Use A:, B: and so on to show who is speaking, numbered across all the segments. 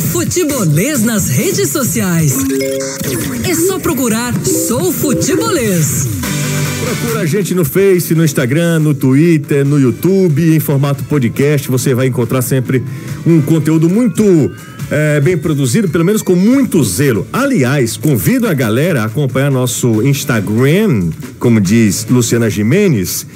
A: futebolês nas redes sociais. É só procurar Sou Futebolês.
B: Procura a gente no Face, no Instagram, no Twitter, no YouTube, em formato podcast. Você vai encontrar sempre um conteúdo muito é, bem produzido, pelo menos com muito zelo. Aliás, convido a galera a acompanhar nosso Instagram, como diz Luciana Jimenez.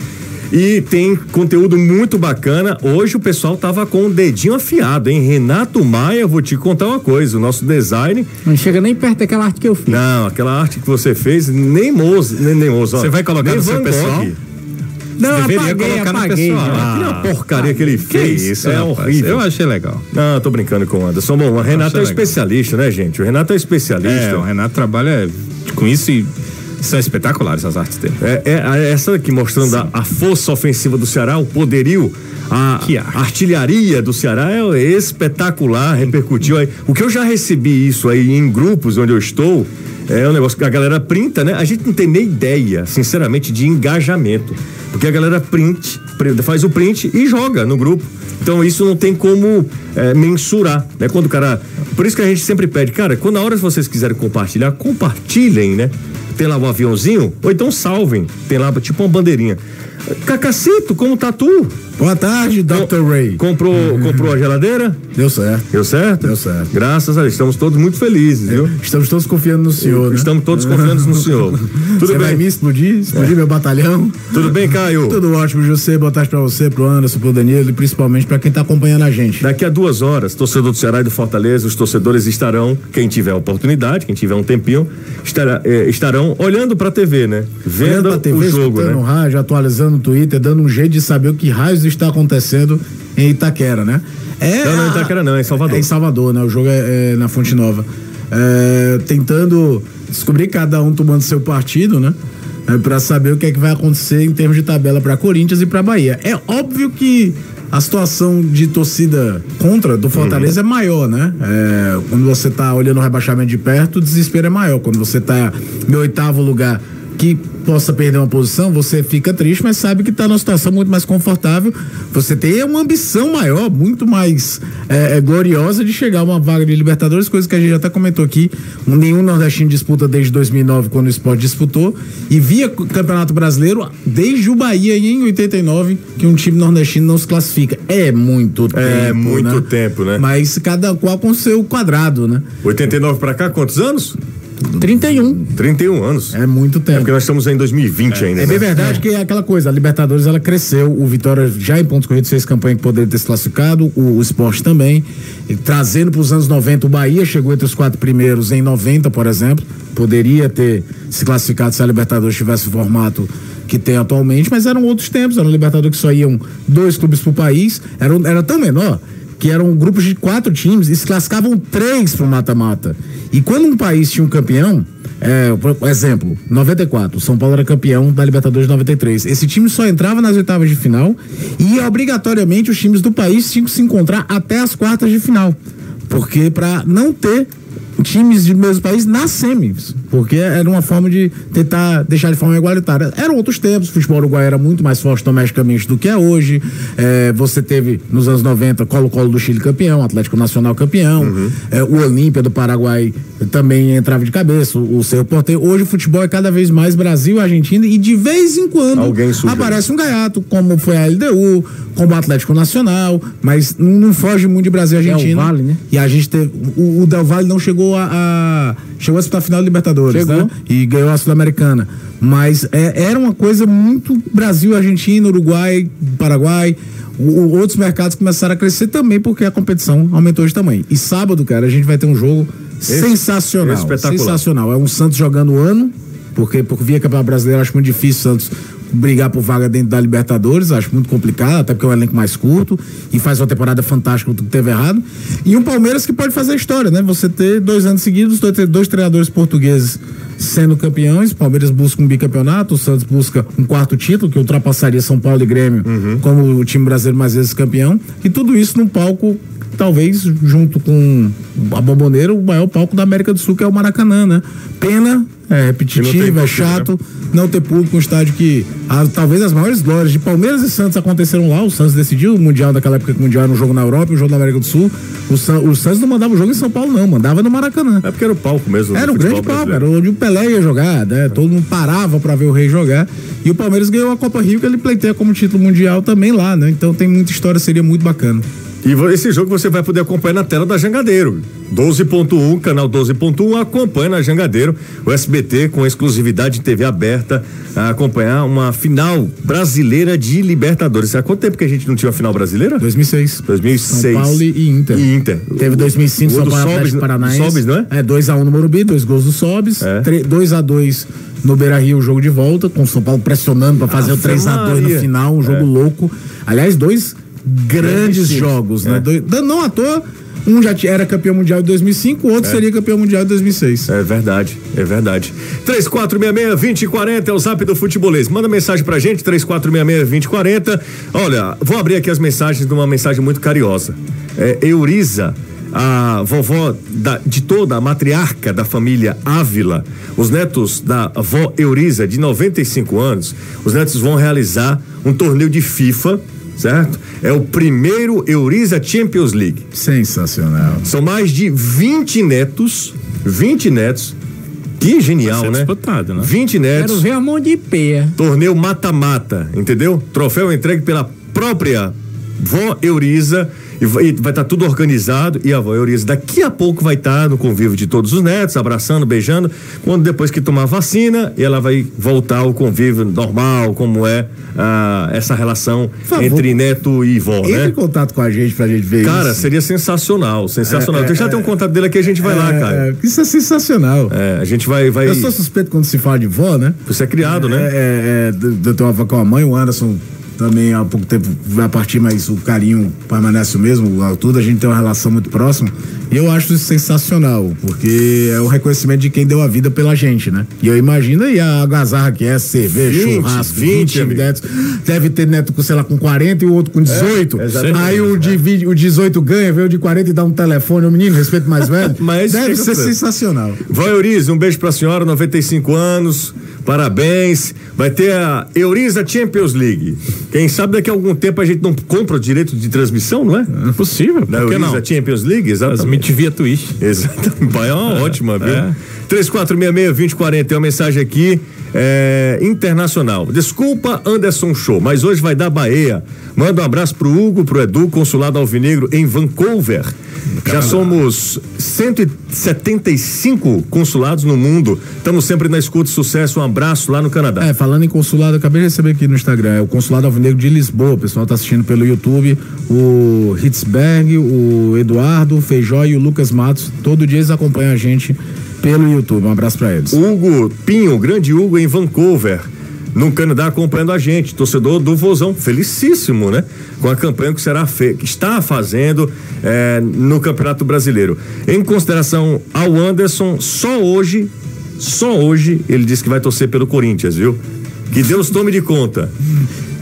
B: E tem conteúdo muito bacana. Hoje o pessoal tava com o dedinho afiado, hein? Renato Maia, vou te contar uma coisa: o nosso design.
C: Não chega nem perto daquela arte que eu fiz.
B: Não, aquela arte que você fez, nem moço, nem, nem moço. ó.
D: Você vai colocar
B: Nem
D: no seu
B: Van
D: pessoal?
B: Gogh.
C: Não,
D: Deveria
C: apaguei,
D: colocar no
C: apaguei.
D: pessoal.
C: já.
B: Aquilo é uma porcaria que ele
D: Ah, Que
B: fez.
D: isso,
B: é
D: rapaz?
B: horrível.
D: Eu achei legal.
B: Não, tô brincando com o Anderson. Bom, o Renato
D: Acho
B: é um
D: legal.
B: especialista, né, gente? O Renato é um
D: É, o
B: especialista.
D: Renato trabalha com isso e são espetaculares as artes dele.
B: É, é, é essa aqui mostrando a, a força ofensiva do Ceará, o poderio, a,
D: Que arte.
B: a artilharia do Ceará é espetacular, repercutiu aí. O que eu já recebi isso aí em grupos onde eu estou, é um negócio que a galera printa, né? A gente não tem nem ideia, sinceramente, de engajamento. Porque a galera print, pre- faz o print e joga no grupo. Então isso não tem como é, mensurar, né? Quando o cara. Por isso que a gente sempre pede, cara, quando a hora que vocês quiserem compartilhar, compartilhem, né? Tem lá o aviãozinho, ou então salvem. Tem lá tipo uma bandeirinha. Cacacito, como tá tatu?
E: Boa tarde, Dr. Ray.
B: Comprou, comprou a geladeira?
E: Deu certo.
B: Deu certo?
E: Deu certo.
B: Graças a Deus. Estamos todos muito felizes, viu?
E: Estamos todos confiando no senhor, né?
B: Estamos todos confiantes no senhor. Tudo
E: Você vai
B: bem? É.
E: me explodir, explodir meu batalhão.
B: Tudo bem, Caio?
E: Tudo ótimo, José. Boa tarde pra você, pro Anderson, pro Danilo e principalmente pra quem tá acompanhando a gente.
B: Daqui a duas horas, torcedor do Ceará e do Fortaleza, os torcedores estarão, quem tiver oportunidade, quem tiver um tempinho, estará- eh, estarão olhando pra TV, né? Vendo
E: Olhando pra TV,
B: o jogo,
E: escutando
B: né?
E: rádio, atualizando o Twitter, dando um jeito de saber o que raios está acontecendo em Itaquera, né? É
B: Não, não, em Itaquera não, é em Salvador.
E: É em Salvador, né? O jogo é, é na Fonte Nova. É, tentando descobrir cada um tomando seu partido, né? É, para saber o que é que vai acontecer em termos de tabela para Corinthians e para Bahia. É óbvio que a situação de torcida contra do Fortaleza
B: Uhum.
E: é maior, né? É, quando você tá olhando o rebaixamento de perto, o desespero é maior. Quando você tá em oitavo lugar que possa perder uma posição, você fica triste, mas sabe que está numa situação muito mais confortável. Você tem uma ambição maior, muito mais é, é, gloriosa de chegar a uma vaga de Libertadores, coisa que a gente até comentou aqui. Nenhum nordestino disputa desde 2009, quando o esporte disputou. E via c- Campeonato Brasileiro desde o Bahia em 89, que um time nordestino não se classifica. É muito tempo.
B: É muito tempo, né?
E: Mas cada qual com seu quadrado, né?
B: 89 pra cá, quantos anos?
E: 31.
B: 31 anos.
E: É muito tempo.
B: Porque nós estamos em 2020 ainda.
E: É bem
B: né?
E: verdade que é aquela coisa, a Libertadores ela cresceu, o Vitória já em pontos corridos fez campanha que poderia ter se classificado, o, o esporte também, e trazendo para os anos 90, o Bahia chegou entre os quatro primeiros em 90, por exemplo, poderia ter se classificado se a Libertadores tivesse o formato que tem atualmente, mas eram outros tempos, era um Libertadores que só iam dois clubes pro país, era, um- era tão menor que eram grupos de quatro times e se classificavam três pro mata-mata. E quando um país tinha um campeão, é, por exemplo, 94, o São Paulo era campeão da Libertadores de 93. Esse time só entrava nas oitavas de final e obrigatoriamente os times do país tinham que se encontrar até as quartas de final. Porque para não ter times de mesmo país nas semis, porque era uma forma de tentar deixar de forma igualitária. Eram outros tempos, o futebol uruguaio era muito mais forte domesticamente do que é hoje. É, você teve nos anos 90 Colo-Colo do Chile campeão, Atlético Nacional campeão,
B: Uhum.
E: É, o Olímpia do Paraguai também entrava de cabeça, o, o seu porteiro. Hoje o futebol é cada vez mais Brasil, Argentina e de vez em quando
B: Alguém surge.
E: aparece parece um gaiato, como foi a LDU, como o Atlético Nacional, mas não, não foge muito de Brasil e Argentina.
C: Valle, né?
E: E a gente teve. O, o Del Valle não chegou a. a- chegou a disputar a final do Libertadores,
C: Chegou.
E: né? E ganhou a Sul-Americana. Mas é- era uma coisa muito Brasil, Argentina, Uruguai, Paraguai. O- o- outros mercados começaram a crescer também porque a competição aumentou de tamanho. E sábado, cara, a gente vai ter um jogo sensacional.
B: espetacular.
E: Sensacional sensacional. É um Santos jogando o ano, porque por via Campeonato Brasileiro acho muito difícil o Santos brigar por vaga dentro da Libertadores, acho muito complicado, até porque é um elenco mais curto e faz uma temporada fantástica do que teve errado. E um Palmeiras que pode fazer história, né? Você ter dois anos seguidos, dois, ter dois treinadores portugueses sendo campeões, o Palmeiras busca um bicampeonato, o Santos busca um quarto título que ultrapassaria São Paulo e Grêmio
B: Uhum.
E: como o time brasileiro mais vezes campeão, e tudo isso num palco talvez junto com a Bomboneira, o maior palco da América do Sul, que é o Maracanã, né? Pena é
B: E não tem
E: repetitivo, é
B: público, né?
E: chato, não ter público, um estádio que ah, talvez as maiores glórias de Palmeiras e Santos aconteceram lá, o Santos decidiu o Mundial daquela época que o Mundial era um jogo na Europa e um jogo na América do Sul, o, San- o Santos não mandava o jogo em São Paulo não, mandava no Maracanã.
B: É porque era o palco mesmo. do
E: Era um
B: futebol
E: grande papo,
B: brasileiro. É.
E: era onde o Pelé ia jogar, né? Todo mundo parava pra ver o rei jogar. E o Palmeiras ganhou a Copa Rio, que ele pleiteia como título mundial também lá, né? Então tem muita história, seria muito bacana.
B: E vo- esse jogo você vai poder acompanhar na tela da Jangadeiro. 12.1, canal 12.1, acompanha na Jangadeiro, o SBT com exclusividade de TV aberta, a acompanhar uma final brasileira de Libertadores. Há quanto tempo que a gente não tinha uma final brasileira?
E: 2006.
B: 2006.
E: São Paulo e Inter.
B: E Inter.
E: Teve 2005
B: O
E: São
B: do
E: Paulo
B: Sobis,
E: Atlético
B: né?
E: Paranaense.
B: Do Sobis, não é?
E: É 2 a 1 no Morumbi, dois gols do Sobis,
B: É.
E: 2 a 2 no Beira-Rio, o jogo de volta, com o São Paulo pressionando pra fazer o
B: Ave
E: 3 a 2
B: Maria. É.
E: no final, um jogo louco. Aliás, dois grandes
B: times.
E: jogos,
B: É.
E: né? Dois- não à toa, um já t- era campeão mundial em 2005, o outro seria campeão mundial em 2006.
B: É verdade, é verdade. 3466-2040 é o zap do futebolês. Manda mensagem pra gente, 3466-2040. Olha, vou abrir aqui as mensagens de uma mensagem muito carinhosa. É, Euriza, a vovó da- de toda a matriarca da família Ávila, os netos da avó Euriza, de 95 anos, os netos vão realizar um torneio de FIFA, certo? É o primeiro Euriza Champions League.
E: Sensacional.
B: São mais de 20 netos. 20 netos. Que genial,
D: Vai ser
B: né?
D: disputado, né?
B: 20
C: Quero
B: netos.
C: ver a mão de peia.
B: Torneio mata-mata, entendeu? Troféu entregue pela própria vó Euriza. E vai estar tudo organizado. E a vó Euriza daqui a pouco vai estar no convívio de todos os netos, abraçando, beijando. Quando depois que tomar a vacina, ela vai voltar ao convívio normal, como é ah, essa relação
E: favor.
B: entre neto e vó,
E: Entre
B: né?
E: em contato com a gente pra gente ver
B: Cara,
E: isso.
B: seria sensacional, sensacional.
E: É, é,
B: Eu já
E: é.
B: tenho um contato dele aqui, a gente vai lá,
E: É,
B: cara.
E: é, isso é sensacional.
B: É, a gente vai, vai.
E: Eu sou suspeito quando se fala de vó, né?
B: Você é criado, né?
E: É, é, é, d- eu tava com a mãe, o Anderson também há pouco tempo vai partir, mas o carinho permanece o mesmo, a- tudo, a gente tem uma relação muito próxima. E eu acho isso sensacional, porque é o reconhecimento de quem deu a vida pela gente, né? E eu imagino aí a agazarra que é, cerveja,
B: 20,
E: churrasco,
B: 20,
E: 20,
B: amigo. É,
E: netos. Deve ter neto com, sei lá, com 40 e o outro com 18.
B: exatamente.
E: aí o, de, vi- o 18 ganha, vem o de 40 e dá um telefone, o menino, respeito mais velho.
B: Mas isso que
E: Deve ser
B: acontece.
E: sensacional.
B: Vó Euriza, um beijo pra senhora, 95 anos, parabéns. Vai ter a Euriza Champions League. Quem sabe daqui a algum tempo a gente não compra o direito de transmissão, não é?
D: É possível,
B: Da
D: por que
B: Euriza
D: não?
B: Champions League, exatamente.
D: Transmite via Twitch.
B: Exatamente. É uma ótima, viu?
D: É.
B: 3466-2040 é uma mensagem aqui é, internacional. Desculpa, Anderson Show, mas hoje vai dar Bahia. Manda um abraço pro Hugo, pro Edu, consulado alvinegro em Vancouver. Já somos 175 consulados no mundo. Estamos sempre na escuta e sucesso. Um abraço lá no Canadá.
E: É, falando em consulado, eu acabei de receber aqui no Instagram, é o Consulado Alvinegro de Lisboa, o pessoal tá assistindo pelo YouTube, o Hitzberg, o Eduardo, o Feijó e o Lucas Matos, todo dia eles acompanham a gente pelo YouTube, um abraço pra eles.
B: Hugo Pinho, grande Hugo em Vancouver. No Canadá acompanhando a gente, torcedor do Vozão, felicíssimo, né? Com a campanha que será fe... que está fazendo eh, no Campeonato Brasileiro. Em consideração ao Anderson, só hoje, só hoje ele disse que vai torcer pelo Corinthians, viu? Que Deus tome de conta.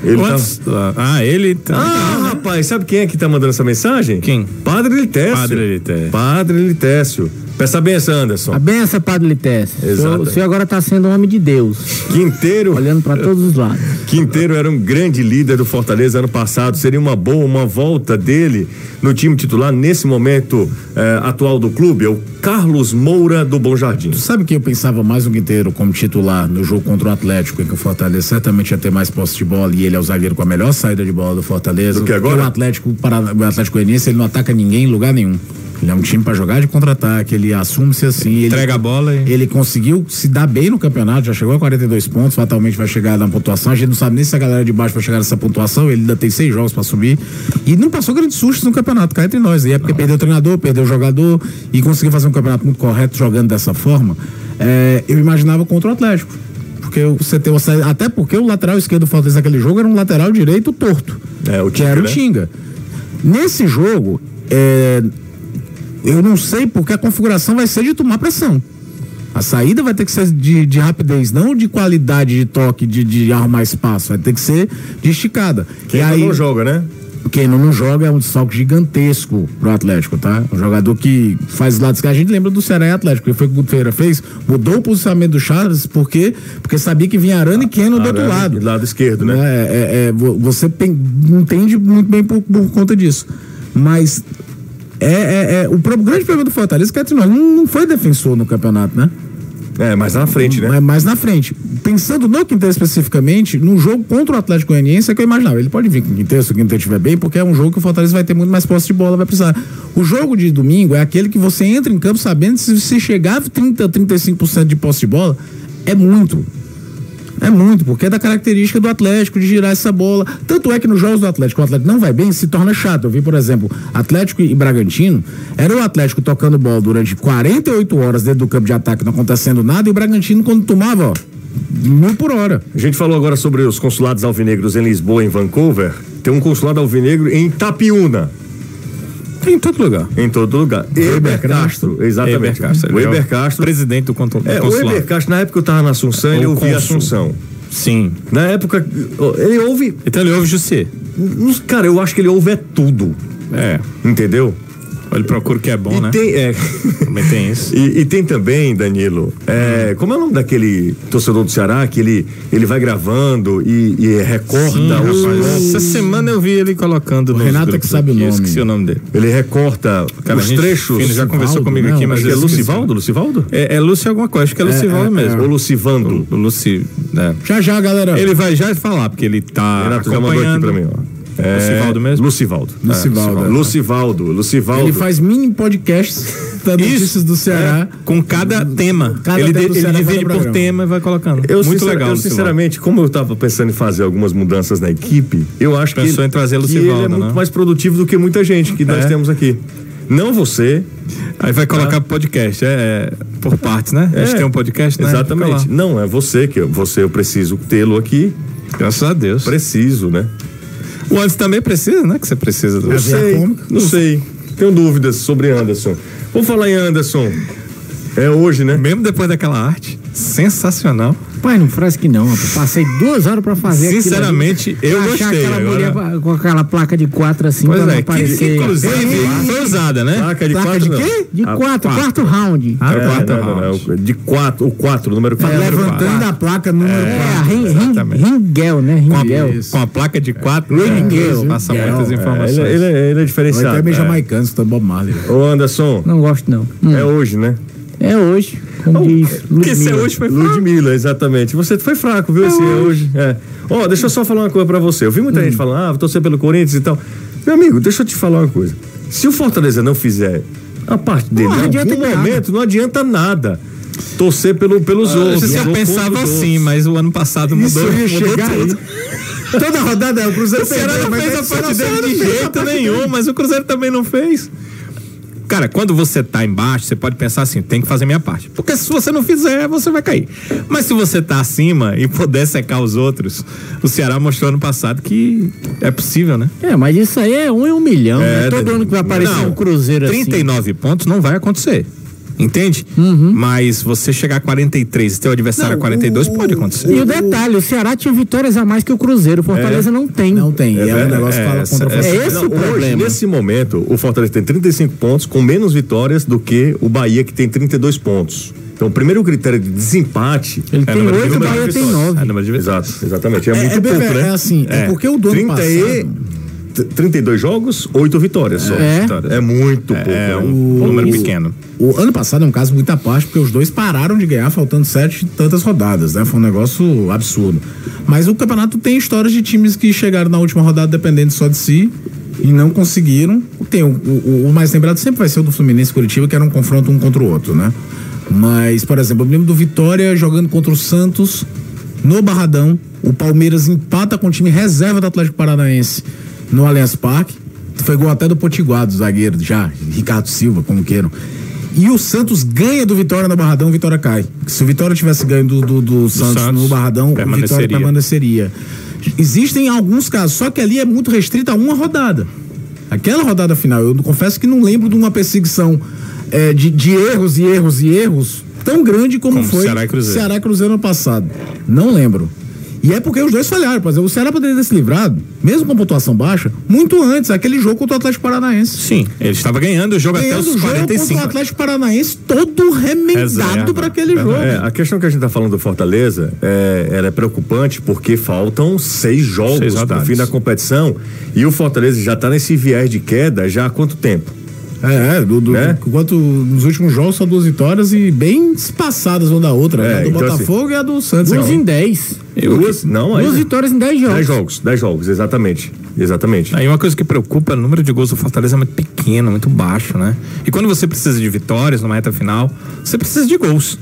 B: Ele tá...
D: Quantos- Ah, ele tá.
B: Ah, rapaz, sabe quem é que tá mandando essa mensagem?
D: Quem?
B: Padre Litécio.
D: Padre Litécio.
B: Padre Litécio. Peça benção, Anderson.
C: A benção, Padre Litécio. O senhor-
B: Exato.
C: O senhor agora tá sendo um homem de Deus,
B: Quinteiro.
C: olhando pra todos os lados.
B: Quinteiro era um grande líder do Fortaleza ano passado. Seria uma boa uma volta dele no time titular nesse momento eh, atual do clube? É o Carlos Moura do Bom Jardim.
E: Sabe que eu pensava mais no Quinteiro como titular no jogo contra o Atlético, em que o Fortaleza certamente ia ter mais posse de bola e ele é o zagueiro com a melhor saída de bola do Fortaleza.
B: Do que agora?
E: Porque O Atlético, para, o Atlético Goianiense, ele não ataca ninguém em lugar nenhum. Ele é um time pra jogar de contra-ataque, ele assume-se assim. ele-
D: Entrega a bola e-
E: Ele conseguiu se dar bem no campeonato, já chegou a 42 pontos, fatalmente vai chegar na pontuação. A gente não sabe nem se a galera de baixo vai chegar nessa pontuação, ele ainda tem seis jogos pra subir. E não passou grandes sustos no campeonato, cá entre nós. E é porque perdeu o treinador, perdeu o jogador e conseguiu fazer um campeonato muito correto jogando dessa forma. É, eu imaginava contra o Atlético. Porque você tem uma saída, até porque o lateral esquerdo do Fortaleza naquele jogo era um lateral direito torto.
B: É, o
E: que era
B: Tinga,
E: o
B: né?
E: Tinga. Nesse jogo, é, eu não sei porque a configuração vai ser de tomar pressão. A saída vai ter que ser de, de rapidez, não de qualidade de toque, de, de arrumar espaço. Vai ter que ser de esticada.
B: Quem
E: e
B: entra
E: aí,
B: não joga, né?
E: Keno não joga é um desfalque gigantesco pro Atlético, tá? Um jogador que faz lados que a gente lembra do Ceará e Atlético, que foi o que o Guto Ferreira fez, mudou o posicionamento do Charles porque, porque sabia que vinha Arana e Keno do outro
B: Arana,
E: lado.
B: do lado esquerdo, né?
E: É, é, é, vo- você pen- entende muito bem por, por conta disso. Mas é, é- é- o pro- grande problema do Fortaleza é que Catrinoli não, não foi defensor no campeonato, né?
B: É, mas na frente, né?
E: Mas mais na frente. Pensando no Quinteiro especificamente, num jogo contra o Atlético Goianiense, é que eu imaginava. Ele pode vir com o Quinteiro, se o Quinteiro estiver bem, porque é um jogo que o Fortaleza vai ter muito mais posse de bola, vai precisar. O jogo de domingo é aquele que você entra em campo sabendo que se você chegar a 30, 35% de posse de bola, é muito. É muito, porque é da característica do Atlético de girar essa bola. Tanto é que nos jogos do Atlético, o Atlético não vai bem, se torna chato. Eu vi, por exemplo, Atlético e Bragantino, era o Atlético tocando bola durante 48 horas dentro do campo de ataque, não acontecendo nada, e o Bragantino, quando tomava, ó, mil por hora.
B: A gente falou agora sobre os consulados alvinegros em Lisboa, em Vancouver. Tem um consulado alvinegro em Itapiúna.
D: Tem Ah, tá em todo lugar.
B: Em todo lugar. Eber Castro, exatamente.
D: Eber Castro. então
B: O
D: ele é
B: Eber Castro.
D: Presidente do conto- do
B: É, o
D: consulado.
B: Eber Castro, na época eu tava na Assunção, ele
D: O
B: ouvia
D: cônsul.
B: Assunção.
D: Sim.
B: Na época, ele ouve.
D: Então ele ouve Jussier.
B: Cara, eu acho que ele ouve é tudo.
D: É.
B: Entendeu?
D: Ele procura o que é bom,
B: e
D: né?
B: tem. é,
D: Também tem isso.
B: E, e tem também, Danilo, é, como é o nome daquele torcedor do Ceará que ele, ele vai gravando e, e recorda
D: Sim,
B: os
D: rapaz.
B: golpes,
D: Essa semana eu vi ele colocando no.
E: Renato é que sabe o
D: Eu
E: nome.
D: esqueci o nome dele.
B: ele recorta
D: Cara, a
B: os
D: gente-
B: trechos.
D: Fino já conversou
E: Lucivaldo,
D: comigo aqui,
E: não,
D: mas.
B: Acho que
D: eu
B: é
D: esqueci.
B: Lucivaldo? Lucivaldo?
D: É, é Lúcio alguma coisa, acho que é, Lucivaldo mesmo.
B: Ou Lucivando.
D: O Luci. né?
E: Já já, galera.
D: Ele vai já falar, porque ele tá.
B: Renato já mandou aqui pra mim, ó. É,
D: Lucivaldo mesmo?
B: Lucivaldo.
E: Lucivaldo,
B: É,
E: é.
B: Lucivaldo. Lucivaldo.
E: Ele faz mini podcasts das notícias
D: Isso,
E: do Ceará.
D: é, com cada tema.
E: Cada
D: ele
E: tema do
D: de- ele
E: Ceará
D: divide
E: cada
D: por
E: programa.
D: tema e vai colocando.
B: Eu,
D: Muito
B: sincera-
D: legal,
B: eu,
D: Lucivaldo.
B: sinceramente, como eu tava pensando em fazer algumas mudanças na equipe, eu acho que,
D: Pensou em trazer
B: que ele
D: Lucivaldo,
B: é
D: né?
B: muito mais produtivo do que muita gente que nós
D: É.
B: temos aqui. Não você,
D: Aí vai colocar podcast, é, é, por partes, né? A gente
B: É.
D: tem um podcast, né?
B: Exatamente.
D: Fica lá.
B: Não, é você que eu, você eu preciso tê-lo aqui.
D: Graças a Deus.
B: Preciso, né?
D: O Anderson também precisa, né? Que você precisa. do-
B: Eu sei,
E: cômica?
B: não sei. Tenho dúvidas sobre Anderson. Vou falar em Anderson. É hoje, né?
D: Mesmo depois daquela arte, sensacional.
C: Pai, não faz que não, rapaz. Passei duas horas pra fazer aquilo ali.
D: É. Sinceramente, eu
C: Pra achar
D: gostei
C: aquela
D: agora.
C: mulher pa- com aquela placa de quatro assim
D: Pois
C: pra não
D: é, que,
C: aparecer.
D: que inclusive foi usada, né?
B: Placa de
E: Placa
B: quatro,
E: de
B: não.
E: quê?
C: De
B: Ah,
C: quatro,
D: quatro.
C: quarto round.
D: Ah,
B: É,
D: quarta
B: não, não,
D: round.
B: não, de quatro, o quatro, número quatro.
E: Levantando a placa número
C: É,
E: 4.
C: a Ring- Ring-
D: exatamente.
C: Ringel, né?
D: Com a,
C: Ringel.
D: com a placa de quatro.
C: Ring
D: né?
C: Girl.
D: Passa
E: Girl.
D: muitas
B: É,
D: informações.
B: ele, ele é, ele é
E: Ele
B: diferenciado.
E: até meio
B: é.
E: jamaicano, isso tá Bob Marley. velho.
B: Ô, Anderson,
C: Não gosto, não. Hum,
B: é hoje, né?
C: É hoje. Como diz
D: Porque esse é
C: Ludmilla.
D: hoje foi
B: Ludmilla, exatamente. Você foi fraco, viu? Esse hoje. É. Ó, deixa eu só falar uma coisa pra você. Eu vi muita gente falando, ah, vou torcer pelo Corinthians e tal. Meu amigo, deixa eu te falar uma coisa. Se o Fortaleza não fizer a parte dele, em
C: adianta
B: algum
C: nada.
B: momento, não adianta nada torcer pelo, pelos outros.
D: Ah, Você já
B: ou
D: pensava
B: contra os
D: assim, mas o ano passado mudou.
E: Isso
D: mudou
E: ia chegar aí. Toda rodada é o Cruzeiro
D: O Ceará
E: perdeu,
D: não
E: mas
D: fez
E: aí
D: a
E: o Ceará
D: parte dele
E: não
D: de
E: fez a
D: jeito
E: parte
D: nenhum, mas o Cruzeiro também não fez. Cara, quando você tá embaixo, você pode pensar assim, tem que fazer minha parte. Porque se você não fizer, você vai cair. Mas se você tá acima e puder secar os outros, o Ceará mostrou ano passado que é possível, né?
C: É, mas isso aí é um em um milhão.
D: É,
C: né? Todo
D: Danilo.
C: ano que vai aparecer
D: Não,
C: um cruzeiro assim.
D: 39 pontos não vai acontecer. Entende?
E: Uhum.
D: Mas você chegar a 43 e ter o adversário a 42, pode acontecer.
C: E o detalhe, o Ceará tinha vitórias a mais que o Cruzeiro, o Fortaleza não tem.
E: Não tem. É, um
B: verdade.
E: negócio
D: É,
E: que fala
D: essa-
E: contra
D: essa-
E: você.
C: É esse
B: Não,
C: o
B: hoje,
C: problema.
B: nesse momento, o Fortaleza tem 35 pontos, com menos vitórias do que o Bahia, que tem 32 pontos. Então, o primeiro critério de desempate. é
C: Ele tem
D: número de
C: oito, o
D: número de
C: Bahia tem
D: vitórias. É
C: nove.
D: número de vitórias.
B: Exato, exatamente. É,
E: É,
B: muito
E: é,
B: pouco,
E: é
B: né?
E: assim, é porque o do ano
B: 30 e
E: passado-
B: t- 32 jogos, 8 vitórias só.
C: É.
B: É muito pouco.
D: É
B: né?
D: um
E: O-
D: número pequeno.
E: O ano passado é um caso muito à parte, porque os dois pararam de ganhar faltando sete e tantas rodadas, né? Foi um negócio absurdo. Mas o campeonato tem histórias de times que chegaram na última rodada dependendo só de si e não conseguiram. Tem o, o- o mais lembrado sempre vai ser o do Fluminense e Curitiba, que era um confronto um contra o outro, né? Mas, por exemplo, eu me lembro do Vitória jogando contra o Santos no Barradão. O Palmeiras empata com o time reserva do Atlético Paranaense no Allianz Parque. Foi gol até do Potiguar, do zagueiro, já, Ricardo Silva, como queiram. E o Santos ganha do Vitória no Barradão, o Vitória cai. Se o Vitória tivesse ganho do, do- do Santos,
D: Santos,
E: no Barradão, o
D: permaneceria.
E: Vitória permaneceria. Existem alguns casos, só que ali é muito restrita a uma rodada. Aquela rodada final, eu confesso que não lembro de uma perseguição eh, de, de erros e erros e erros tão grande como,
D: Como
E: foi
D: Ceará e Cruzeiro.
E: Ceará e Cruzeiro no passado. Não lembro. E é porque os dois falharam, por exemplo, o Ceará poderia ter se livrado, mesmo com pontuação baixa, muito antes, aquele jogo contra o Atlético Paranaense.
D: Sim, ele estava ganhando o jogo até
E: Ganhando o
D: os
E: jogo contra o
D: 45.
E: Atlético Paranaense todo remendado
D: Reserva.
E: para aquele jogo.
B: É, a questão que a gente está falando do Fortaleza é, ela é preocupante porque faltam seis
D: Seis
B: jogos para
D: rodadas.
B: fim da competição e o Fortaleza já está nesse viés de queda já há quanto tempo?
E: É, é, do, do,
B: Né?
E: enquanto nos últimos jogos são duas vitórias e bem espaçadas uma da outra.
B: É,
E: né? a do
B: então,
E: Botafogo e a do Santos.
C: Duas
E: Então,
C: em dez.
B: Duas? Não,
C: Duas
B: ainda.
C: vitórias em dez
B: né? Dez
C: jogos.
B: jogos, dez jogos, exatamente. Exatamente.
D: Aí uma coisa que preocupa é o número de gols do Fortaleza é muito pequeno, muito baixo, né? E quando você precisa de vitórias numa reta final, você precisa de gols.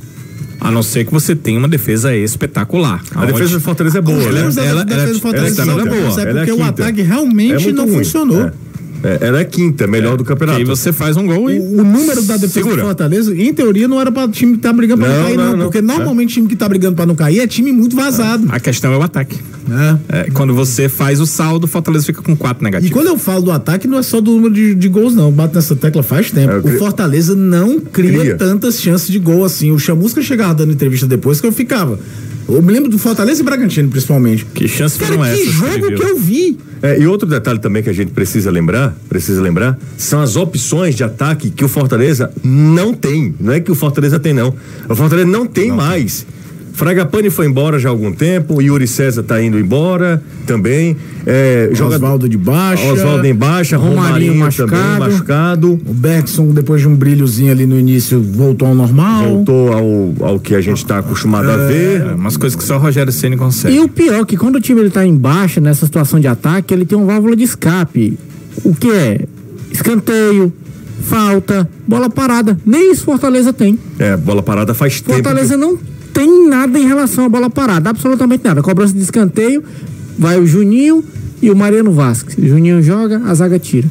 D: A não ser que você tenha uma defesa espetacular.
B: A defesa do Fortaleza é boa,
E: os
B: né?
E: números da
D: ela-
E: defesa
D: ela-
E: do Fortaleza
D: ela é
E: são
D: quinta,
E: bons, é
B: ela é
E: porque o
B: quinta.
E: ataque
B: É
E: realmente
B: muito
E: não
B: ruim.
E: funcionou.
B: É. É, ela é quinta, melhor do campeonato.
D: Aí você faz um gol e.
E: O, o número da defesa
D: Segura.
E: do Fortaleza, em teoria, não era para time que tá brigando para não,
B: Não,
E: cair, não.
B: não, não. É.
E: Porque normalmente time que tá brigando para não cair é time muito vazado.
D: A questão é o ataque.
E: né?
D: É, quando você faz o saldo, o Fortaleza fica com quatro
E: E
D: negativos.
E: quando eu falo do ataque, não é só do número de, de gols, não. Bato nessa tecla faz tempo.
B: É, eu cre-
E: O Fortaleza não cria,
B: Cria.
E: tantas chances de gol assim. O Chamusca chegava dando entrevista depois que eu ficava. Eu me lembro do Fortaleza e Bragantino, principalmente.
D: Que chance
E: Cara,
D: foram
E: que
D: essas? ele
E: jogo
D: viu?
E: que eu vi!
B: É, e outro detalhe também que a gente precisa lembrar, precisa lembrar, são as opções de ataque que o Fortaleza não tem. Não é que o Fortaleza tem, não. O Fortaleza não tem mais. Fragapane foi embora já há algum tempo, Yuri César tá indo embora também. É,
E: Oswaldo de baixa.
B: Oswaldo em baixa, Romarinho,
C: Romarinho
B: também
C: machucado.
B: machucado.
E: O Bergson, depois de um brilhozinho ali no início, voltou ao normal.
B: Voltou ao, ao que a gente está acostumado a ver.
D: É, umas coisas que só o Rogério Ceni consegue.
C: E o pior é que quando o time ele tá embaixo nessa situação de ataque, ele tem uma válvula de escape. O que é? Escanteio, falta, bola parada. Nem isso Fortaleza tem.
B: É, bola parada faz tempo.
C: Fortaleza não tem nada em relação à bola parada, absolutamente nada. Cobrança de escanteio, vai o Juninho e o Mariano Vasquez. Juninho joga, a zaga tira.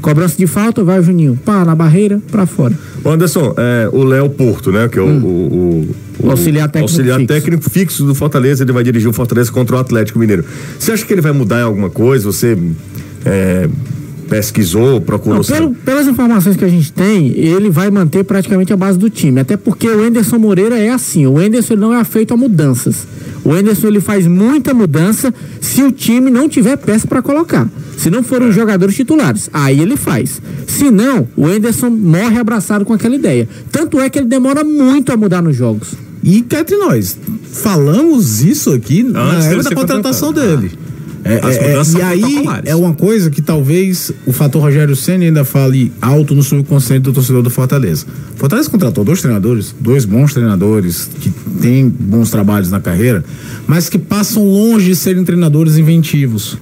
C: Cobrança de falta, vai o Juninho. Pá, na barreira, pra fora.
B: Ô, Anderson, é, o Léo Porto, né? Que é o, o- o-
C: Hum. O auxiliar técnico
B: auxiliar
C: fixo.
B: técnico fixo do Fortaleza, ele vai dirigir o Fortaleza contra o Atlético Mineiro. Você acha que ele vai mudar em alguma coisa? Você é, pesquisou, procurou?
C: Não,
B: saber?
C: pelo- pelas informações que a gente tem, ele vai manter praticamente a base do time. Até porque o Enderson Moreira é assim. O Enderson ele não é afeito a mudanças. O Enderson ele faz muita mudança se o time não tiver peça para colocar. Se não forem os jogadores titulares, aí ele faz. Se não, o Enderson morre abraçado com aquela ideia. Tanto é que ele demora muito a mudar nos jogos.
E: E cá entre nós, falamos isso aqui na
D: dele
E: época da
D: ser Ah.
E: contratação dele. É,
D: As
E: é, é,
D: mudanças
E: e
D: são
E: aí
D: protocolares.
E: é uma coisa que talvez o fator Rogério Senna ainda fale alto no subconsciente do torcedor do Fortaleza. O Fortaleza contratou dois treinadores, dois bons treinadores que têm bons trabalhos na carreira, mas que passam longe de serem treinadores inventivos.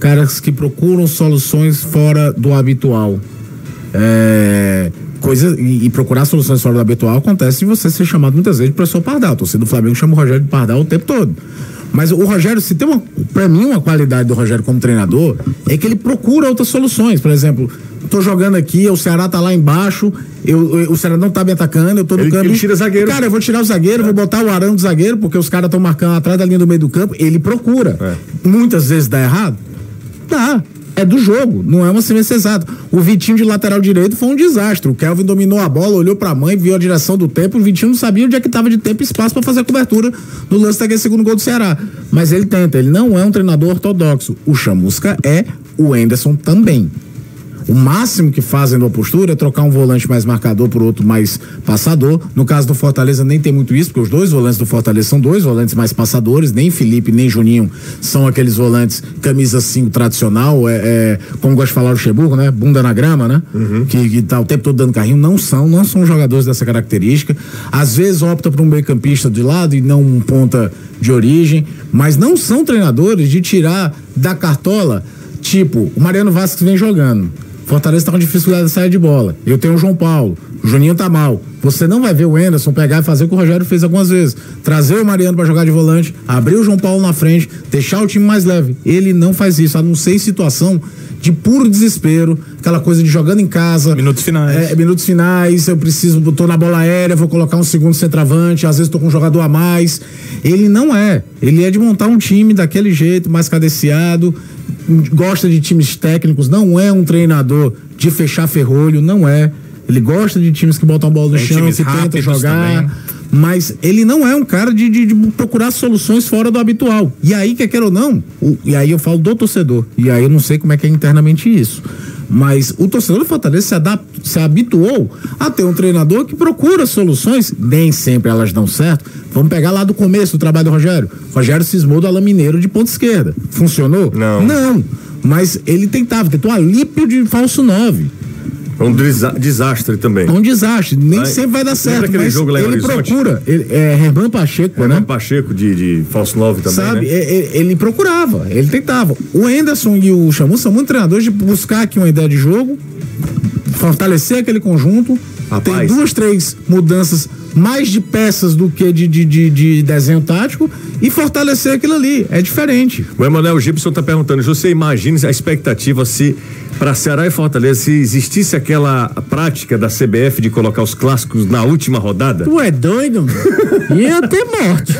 E: Caras que procuram soluções fora do habitual é, coisa, e, e procurar soluções fora do habitual acontece de você ser chamado muitas vezes de professor Pardal. A torcida do Flamengo chama o Rogério de Pardal o tempo todo. Mas o Rogério, se tem uma. Pra mim, uma qualidade do Rogério como treinador é que ele procura outras soluções. Por exemplo, tô jogando aqui, o Ceará tá lá embaixo, eu, eu- o Ceará não tá me atacando, eu tô no
B: Ele-
E: campo.
B: ele tira zagueiro.
E: Cara, eu vou tirar o zagueiro, vou botar o arão do zagueiro, porque os caras estão marcando atrás da linha do meio do campo. Ele procura. Muitas vezes dá errado. Tá. É do jogo, não é uma sequência exata. O Vitinho de lateral direito foi um desastre. O Kelvin dominou a bola, olhou pra mãe, viu a direção do tempo. O Vitinho não sabia onde é que tava de tempo e espaço pra fazer a cobertura no lance daquele segundo gol do Ceará. Mas ele tenta, ele não é um treinador ortodoxo. O Chamusca é, o Enderson também. O máximo que fazem numa postura é trocar um volante mais marcador por outro mais passador. No caso do Fortaleza nem tem muito isso, porque os dois volantes do Fortaleza são dois volantes mais passadores, nem Felipe nem Juninho são aqueles volantes camisa 5 tradicional, é, é, como gosta de falar o Luxemburgo, né? Bunda na grama, né? Que, que tá o tempo todo dando carrinho. Não são, não são jogadores dessa característica. Às vezes opta por um meio campista de lado e não um ponta de origem, mas não são treinadores de tirar da cartola, tipo, o Mariano Vasquez vem jogando. Fortaleza tá com dificuldade de sair de bola. Eu tenho o João Paulo. O Juninho tá mal. Você não vai ver o Anderson pegar e fazer o que o Rogério fez algumas vezes. Trazer o Mariano pra jogar de volante, abrir o João Paulo na frente, deixar o time mais leve. Ele não faz isso, a não ser em situação de puro desespero, aquela coisa de jogando em casa.
D: Minutos finais.
E: É, minutos finais, eu preciso, tô na bola aérea, vou colocar um segundo centroavante, às vezes tô com um jogador a mais. Ele não é. Ele é de montar um time daquele jeito, mais cadenciado, gosta de times técnicos, não é um treinador de fechar ferrolho, não é. Ele gosta de times que botam a bola no
D: Tem
E: chão,
D: times
E: que tentam
D: rápidos
E: jogar.
D: também.
E: Mas ele não é um cara de, de- de procurar soluções fora do habitual. E aí, quer queira ou não, o- e aí eu falo do torcedor. E aí eu não sei como é que é internamente isso. Mas o torcedor do Fortaleza se, adap- se habituou a ter um treinador que procura soluções, nem sempre elas dão certo. Vamos pegar lá do começo o trabalho do Rogério. Rogério cismou do Alamineiro de ponta esquerda. Funcionou?
B: Não.
E: Não. Mas ele tentava, tentou Alípio de falso 9.
B: É um desa- desastre também.
E: É um desastre, nem
B: Vai.
E: sempre vai dar
B: Lembra
E: certo.
B: aquele
E: mas
B: jogo lá em
E: ele
B: Horizonte?
E: procura. Ele, é Herman Pacheco,
B: Renan
E: né?
B: Pacheco de, de Falso 9 também.
E: Sabe?
B: né?
E: É- é- Ele, procurava, ele tentava. O Anderson e o Chamu são muito treinadores de buscar aqui uma ideia de jogo, fortalecer aquele conjunto. Tem
B: Rapaz.
E: duas, três mudanças mais de peças do que de, de, de- de desenho tático e fortalecer aquilo ali. É diferente.
B: O Emanuel Gibson tá perguntando, você imagina a expectativa se para Ceará e Fortaleza se existisse aquela prática da CBF de colocar os clássicos na última rodada?
C: Tu é doido, mano? Ia ter morte.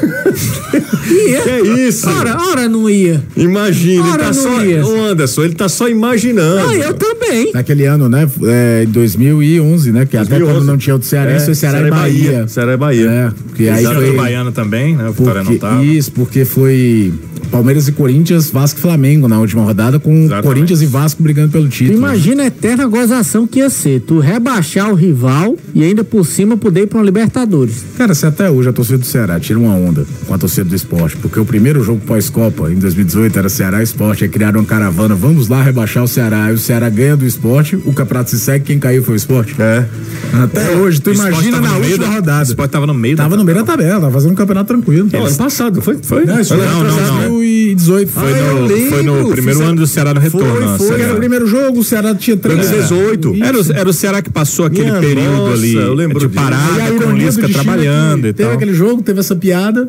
C: Ia.
B: Que isso?
C: Ora, ora não ia.
B: Imagina, ele
C: Ora,
B: tá só,
C: Luiz.
B: o Anderson, ele tá só imaginando.
C: Ah, eu também.
E: Naquele ano, né? É, em 2011, né? Que até
B: 2011.
E: quando não tinha o do Cearense, foi Ceará, e Bahia.
B: É, Ceará e Bahia.
E: É, que aí
D: Aí
E: foi-
D: do Baiano também, né? O Vitória não
E: Porque,
D: tava.
E: Isso, porque foi Palmeiras e Corinthians, Vasco e Flamengo na última rodada, com
D: Exatamente.
E: Corinthians e Vasco brigando pelo título.
C: Imagina a eterna gozação que ia ser. Tu rebaixar o rival e ainda por cima poder ir pra uma Libertadores.
E: Cara, se até hoje a torcida do Ceará tira uma onda com a torcida do esporte, porque o primeiro jogo pós-Copa em 2018 era Ceará e Esporte, aí criaram uma caravana, vamos lá rebaixar o Ceará, aí o Ceará ganha do esporte, o campeonato se segue, quem caiu foi o esporte.
B: É.
E: Até hoje, tu
D: O Sport
E: imagina
D: tava
E: na
D: no meio
E: última
D: da- O
E: rodada.
D: Sport tava no meio da
E: Tava no meio da tabela, tava fazendo um campeonato tranquilo.
B: Não, ano passado, foi? Foi?
E: Não, isso foi
D: Não, não, não.
E: 2018.
D: Foi no, foi no primeiro ano do Ceará no retorno.
E: Foi,
D: a
E: foi.
D: Série
E: Era
D: A.
E: o primeiro jogo, o Ceará tinha três. É.
B: 2018.
D: Era o, era o Ceará que passou aquele
B: Minha
D: período
B: nossa,
D: ali
B: eu lembro
D: de
B: disso.
E: E a
D: parada,
E: ironia
D: ah, tá com o
E: do
D: Lisca
E: destino é que
D: trabalhando e
E: Teve
D: tal.
E: aquele jogo, teve essa piada.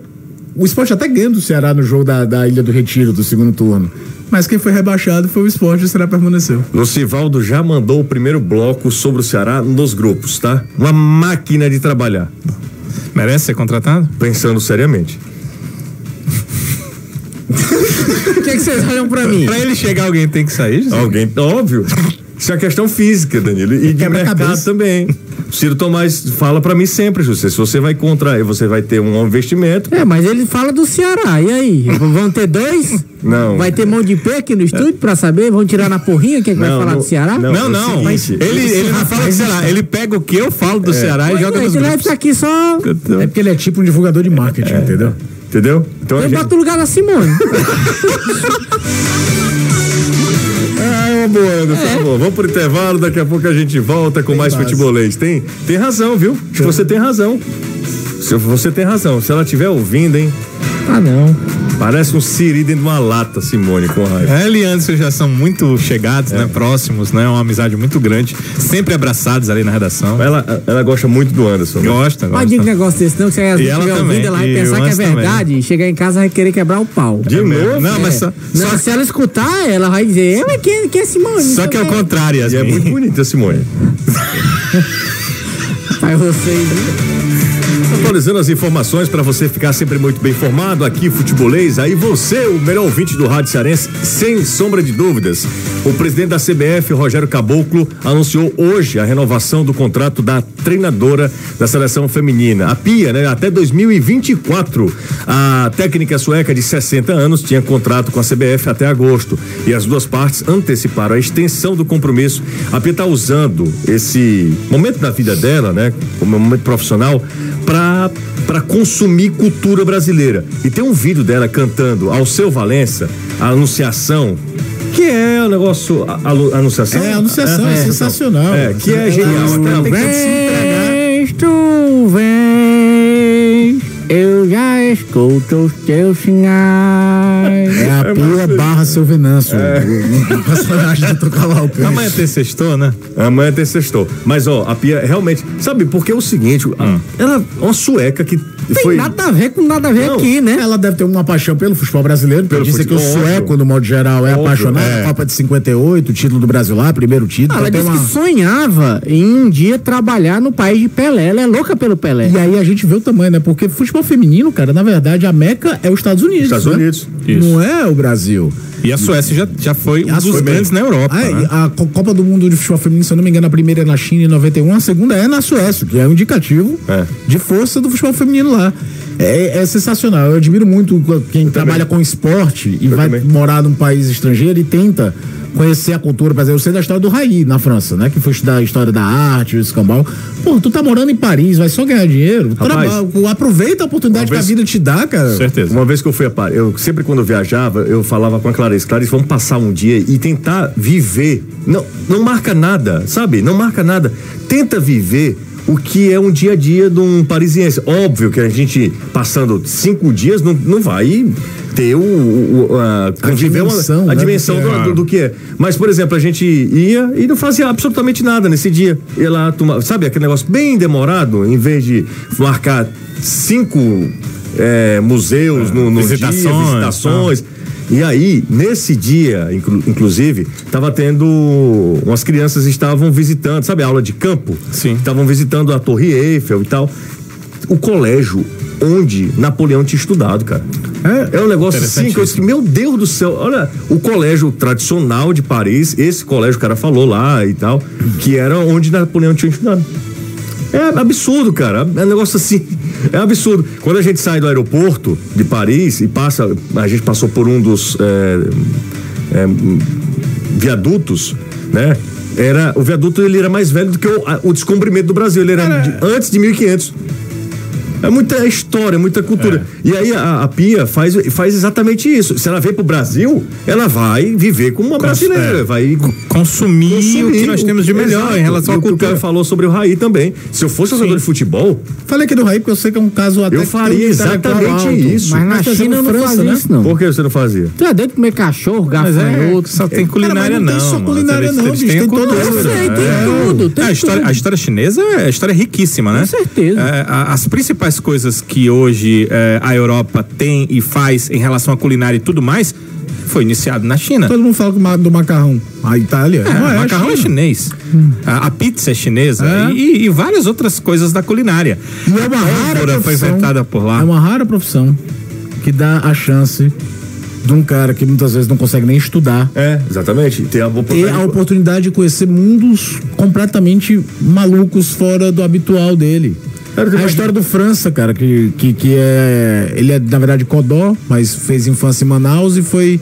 E: O esporte até ganha do Ceará no jogo da, da Ilha do Retiro, do segundo turno. Mas quem foi rebaixado foi o esporte e o Ceará permaneceu.
B: Lucivaldo já mandou o primeiro bloco sobre o Ceará nos grupos, tá? Uma máquina de trabalhar,
D: Merece ser contratado?
B: pensando seriamente.
C: O que que vocês olham pra mim?
D: Pra ele chegar, alguém tem que sair, José?
B: Alguém, óbvio. Isso é questão física, Danilo, e de mercado também. O Ciro Tomás fala pra mim sempre, José, se você vai contrair, você vai ter um investimento.
C: É, mas ele fala do Ceará. E aí? Vão ter dois?
B: Não.
C: Vai ter mão de pé aqui no estúdio pra saber? Vão tirar na porrinha quem é que vai
B: Não,
C: falar
B: não,
C: do Ceará?
B: não.
D: Não,
B: é o
D: não.
B: seguinte,
D: ele ele não fala do Ceará. Ele pega o que eu falo do Ceará e
C: Mas,
D: joga
C: ué,
D: nos
C: ele vai
D: grupos.
C: ficar aqui só.
E: É porque ele é tipo um divulgador de marketing, entendeu?
B: É. Entendeu? Então a
C: Eu
B: gente-
C: boto o lugar da Simone.
B: Ah, é uma boa, Anderson. tá bom. Vamos pro intervalo, daqui a pouco a gente volta com mais
E: base.
B: futebolês. Tem, tem razão, viu? Acho que Você tem razão. Se você tem razão. Se ela estiver ouvindo, hein?
C: ah, não.
B: Parece um siri dentro de uma lata, Simone, com raiva.
D: Ela e Anderson já são muito chegados,
E: É.
D: né? Próximos, né? Uma amizade muito grande. Sempre abraçados ali na redação.
B: Ela, ela gosta muito do Anderson. né?
D: Gosta,
C: Mas diga um
D: gosta.
C: negócio desse, não, que se a
D: E ela
C: estiver ouvindo,
D: também,
C: ela vai
D: e
C: pensar
D: o
C: que é
D: Anson também. né?
C: verdade. Chegar em casa vai querer quebrar o pau.
B: De novo?
D: Não, mas só,
C: Não,
D: só,
C: se ela escutar, ela vai dizer, "É, mas quem, quem é Simone?
D: só que é o
C: Então,
D: contrário,
B: E é muito
D: Yasmin.
B: bonita, Simone.
C: Aí vocês. viu?
B: Atualizando as informações para você ficar sempre muito bem informado aqui, futebolês. Aí você, o melhor ouvinte do Rádio Cearense, sem sombra de dúvidas. O presidente da CBF, Rogério Caboclo, anunciou hoje a renovação do contrato da treinadora da seleção feminina. A Pia, né? Até 2024. A técnica sueca de 60 anos tinha contrato com a CBF até agosto. E as duas partes anteciparam a extensão do compromisso. A Pia está usando esse momento da vida dela, né? Como um momento profissional, para para consumir cultura brasileira. E tem um vídeo dela cantando ao seu Valença, a anunciação. Que é o negócio. A, alu- anunciação?
E: É, a anunciação,
D: então.
E: é sensacional.
B: É, que é genial. Ela tem que se entregar.
C: Vens, tu vens, eu já escuto os teus sinais.
E: É a pia barra seu Venâncio.
B: É.
E: O personagem do Tocalaucante.
D: Amanhã tem sextou, né?
B: Amanhã tem sextou. Mas, ó, a Pia realmente. Sabe, porque é o seguinte, a- ela é uma sueca que
C: Tem
B: foi.
C: nada a ver com nada a ver
B: Não.
C: aqui, né?
E: Ela deve ter uma paixão pelo futebol brasileiro, porque
B: Pelo
E: dizem que o
B: futebol, óbvio.
E: sueco, no modo geral, é
B: Óbvio,
E: apaixonado.
B: é.
E: Copa de 58, o título do Brasil lá, primeiro título.
C: Ela
E: então
C: disse
E: tem uma-
C: que sonhava em um dia trabalhar no país de Pelé. Ela é louca pelo Pelé.
E: E aí a gente vê o tamanho, né? Porque futebol feminino, cara, na verdade, a Meca é os Estados Unidos.
B: Estados
E: né?
B: Unidos.
D: Isso.
E: Não é o Brasil.
D: E a Suécia já, já foi um
E: A
D: dos
E: Suécia-
D: grandes na Europa.
E: Ah,
D: né?
E: e A Co- Copa do Mundo de Futebol Feminino, se eu não me engano, a primeira é na China em 91, a segunda é na Suécia, que é um indicativo
B: É.
E: de força do futebol feminino lá. É, é sensacional. Eu admiro muito quem trabalha com esporte e
B: Eu
E: vai
B: também.
E: morar num país estrangeiro e tenta conhecer a cultura. Por exemplo, eu sei da história do Raí na França, né? Que foi estudar a história da arte, o escambau. Pô, tu tá morando em Paris, vai só ganhar dinheiro.
B: Rapaz,
E: Traba- aproveita a oportunidade que a
B: vez-
E: vida te dá, cara.
D: Certeza.
B: É, Uma vez que eu fui a Paris, eu sempre quando eu viajava, eu falava com a Clarice, Clarice, vamos passar um dia e tentar viver. Não, não marca nada, sabe? Não marca nada. Tenta viver o que é um dia a dia de um parisiense. Óbvio que a gente passando cinco dias não, não vai ter o, o- o- a, conviver uma-
E: dimensão,
B: a
E: né, do
B: dimensão
E: que é.
B: do, do- do que é. Mas, por exemplo, a gente ia e não fazia absolutamente nada nesse dia. Ia lá, tomava, sabe, aquele negócio bem demorado, em vez de marcar cinco é, museus no, no
D: Visitações,
B: dia, visitações. E aí, nesse dia, inclu- inclusive, tava tendo. Umas crianças estavam visitando, sabe, aula de campo?
D: Sim.
B: Estavam visitando a Torre Eiffel e tal. O colégio onde Napoleão tinha estudado, cara. É, um negócio assim que eu disse, meu Deus do céu, olha, o colégio tradicional de Paris, esse colégio o cara falou lá e tal, que era onde Napoleão tinha estudado. É absurdo, cara. É um negócio assim. É absurdo. Quando a gente sai do aeroporto de Paris e passa. A gente passou por um dos é, é, viadutos, né? Era, o viaduto ele era mais velho do que o, a- o descumprimento do Brasil. Ele era, de- antes de 1500. É muita história, muita cultura. E aí a, a Pia faz, faz exatamente isso. Se ela vem pro Brasil, ela vai viver como uma brasileira.
D: é.
B: Vai
D: Consumir, o que
B: consumir
D: nós temos de melhor
B: Exato.
D: em relação
B: E
D: à
B: o que o
D: cultura.
B: cara falou sobre o Raí também. Se eu fosse jogador de futebol,
E: Falei aqui do Raí, porque eu sei que é um caso até
B: Eu
E: que tem um
B: faria
E: intelectual
B: exatamente
E: alto.
B: isso.
C: Mas na
E: Mas tá
C: China eu
E: sendo
C: não
E: França,
C: fazia
E: né?
C: isso, não.
B: por que você não fazia?
C: Tu é doido de comer cachorro,
D: Mas é,
C: gafanhoto.
D: só tem culinária
E: Cara, mas não tem
D: não.
E: só
D: mano.
E: culinária
D: Eles-
E: não,
D: eles
E: bicho,
D: têm
E: tem
D: cultura.
E: todo
C: Eu sei, tem
D: É.
C: tudo, tem
D: É, a, história,
C: tudo.
D: a história chinesa é a história é riquíssima, né?
C: Com certeza.
D: É, a- as principais coisas que hoje é, a Europa tem e faz em relação à culinária e tudo mais foi iniciado na China.
E: Todo mundo fala que ma- do macarrão. A Itália.
D: É, o macarrão é chinês. A, a pizza é chinesa
E: É.
D: E, e várias outras coisas da culinária.
E: E é uma rara
D: Pólvora
E: profissão.
D: foi inventada por lá.
E: É uma rara profissão que dá a chance de um cara que muitas vezes não consegue nem estudar
B: É, exatamente. Tem a
E: ter a
B: oportunidade.
E: oportunidade de conhecer mundos completamente malucos fora do habitual dele.
B: Era o que eu
E: a
B: imagino.
E: história do França, cara, que, que, que é. Ele é, na verdade, Codó, mas fez infância em Manaus e foi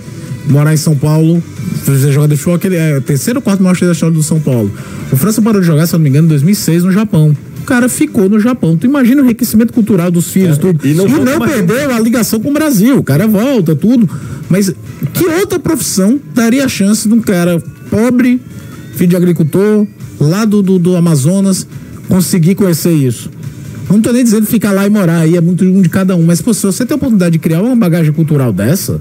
E: morar em São Paulo, fazer jogar de futebol, que ele é o terceiro ou quarto maior cheio da história do São Paulo. O França parou de jogar, se eu não me engano, em 2006 no Japão. O cara ficou no Japão. Tu imagina o enriquecimento cultural dos filhos, tudo.
B: É, e
E: E
B: não
E: não,
B: volta mais.
E: perdeu a ligação com o Brasil. O cara volta, tudo. Mas que outra profissão daria a chance de um cara pobre, filho de agricultor, lá do, do, do Amazonas, conseguir conhecer isso? Não tô nem dizendo ficar lá e morar, aí é muito um de cada um. Mas, pô, se você tem a oportunidade de criar uma bagagem cultural dessa,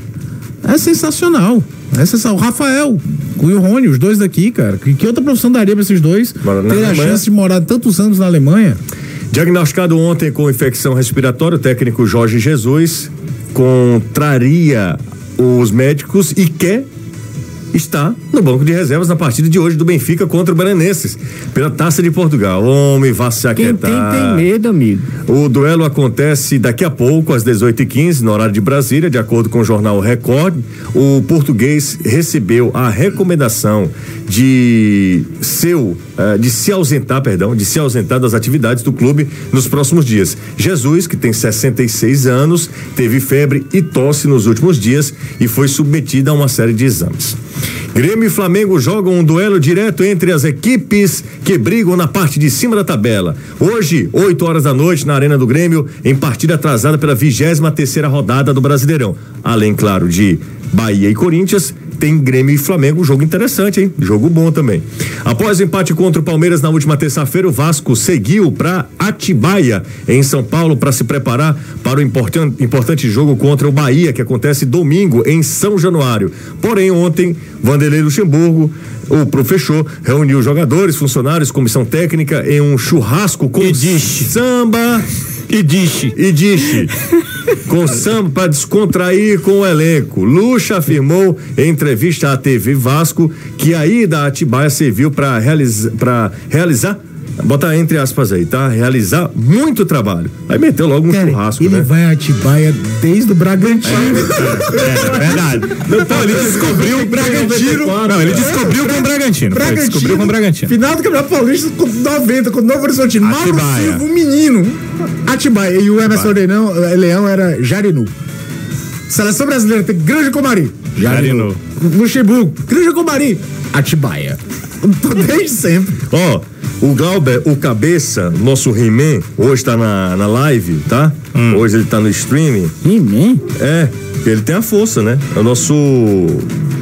E: é sensacional. É sensacional. O Rafael e o Rony, os dois daqui, cara. Que, que outra profissão daria pra esses dois
B: Morar na
E: ter a
B: Alemanha.
E: chance de morar tantos anos na Alemanha?
B: Diagnosticado ontem com infecção respiratória, o técnico Jorge Jesus contraria os médicos e quer está no banco de reservas na partida de hoje do Benfica contra o Belenenses pela Taça de Portugal. Homem, vá se
C: Quem
B: aquietar.
C: tem, tem medo, amigo.
B: O duelo acontece daqui a pouco, às 18h15, no horário de Brasília, de acordo com o jornal Record. O português recebeu a recomendação de seu eh, de se ausentar, perdão, de se ausentar das atividades do clube nos próximos dias. Jesus, que tem 66 anos, teve febre e tosse nos últimos dias e foi submetido a uma série de exames. Grêmio e Flamengo jogam um duelo direto entre as equipes que brigam na parte de cima da tabela. Hoje, 8 horas da noite, na Arena do Grêmio, em partida atrasada pela 23 terceira rodada do Brasileirão. Além, claro, de Bahia e Corinthians, tem Grêmio e Flamengo, jogo interessante, hein? Jogo bom também. Após o empate contra o Palmeiras na última terça-feira, o Vasco seguiu para Atibaia, em São Paulo, para se preparar para o importan- importante jogo contra o Bahia, que acontece domingo em São Januário. Porém, ontem, Vanderlei Luxemburgo, o professor, reuniu jogadores, funcionários, comissão técnica em um churrasco com
D: E disse.
B: samba
D: E dish.
B: e disse com samba para descontrair com o elenco. Lucha afirmou em entrevista à TV Vasco que a ida a Atibaia serviu para realizar Bota entre aspas aí, tá? Realizar muito trabalho. Aí meteu logo um
E: Cara,
B: churrasco,
E: ele
B: né?
E: vai a Atibaia desde o Bragantino.
D: É verdade. Não, ele descobriu o Bragantino. Não, ele descobriu com o Bragantino. Foi, Descobriu com o Bragantino.
E: Final do Campeonato Paulista com 90, com o Novo Horizontino. Mauro
D: Atibaia.
E: Silva, um menino. Atibaia. E o Emerson Leão, eh, Leão era Jarinu. Seleção brasileira tem Granja Comari.
D: Jarinu.
E: Luxemburgo. Granja Comari. Atibaia. Desde sempre.
B: Ó, o Glauber, o Cabeça, nosso He-Man, hoje tá na, na live, tá?
E: Hum.
B: Hoje ele tá no streaming.
C: He-Man?
B: É, ele tem a força, né? É o nosso.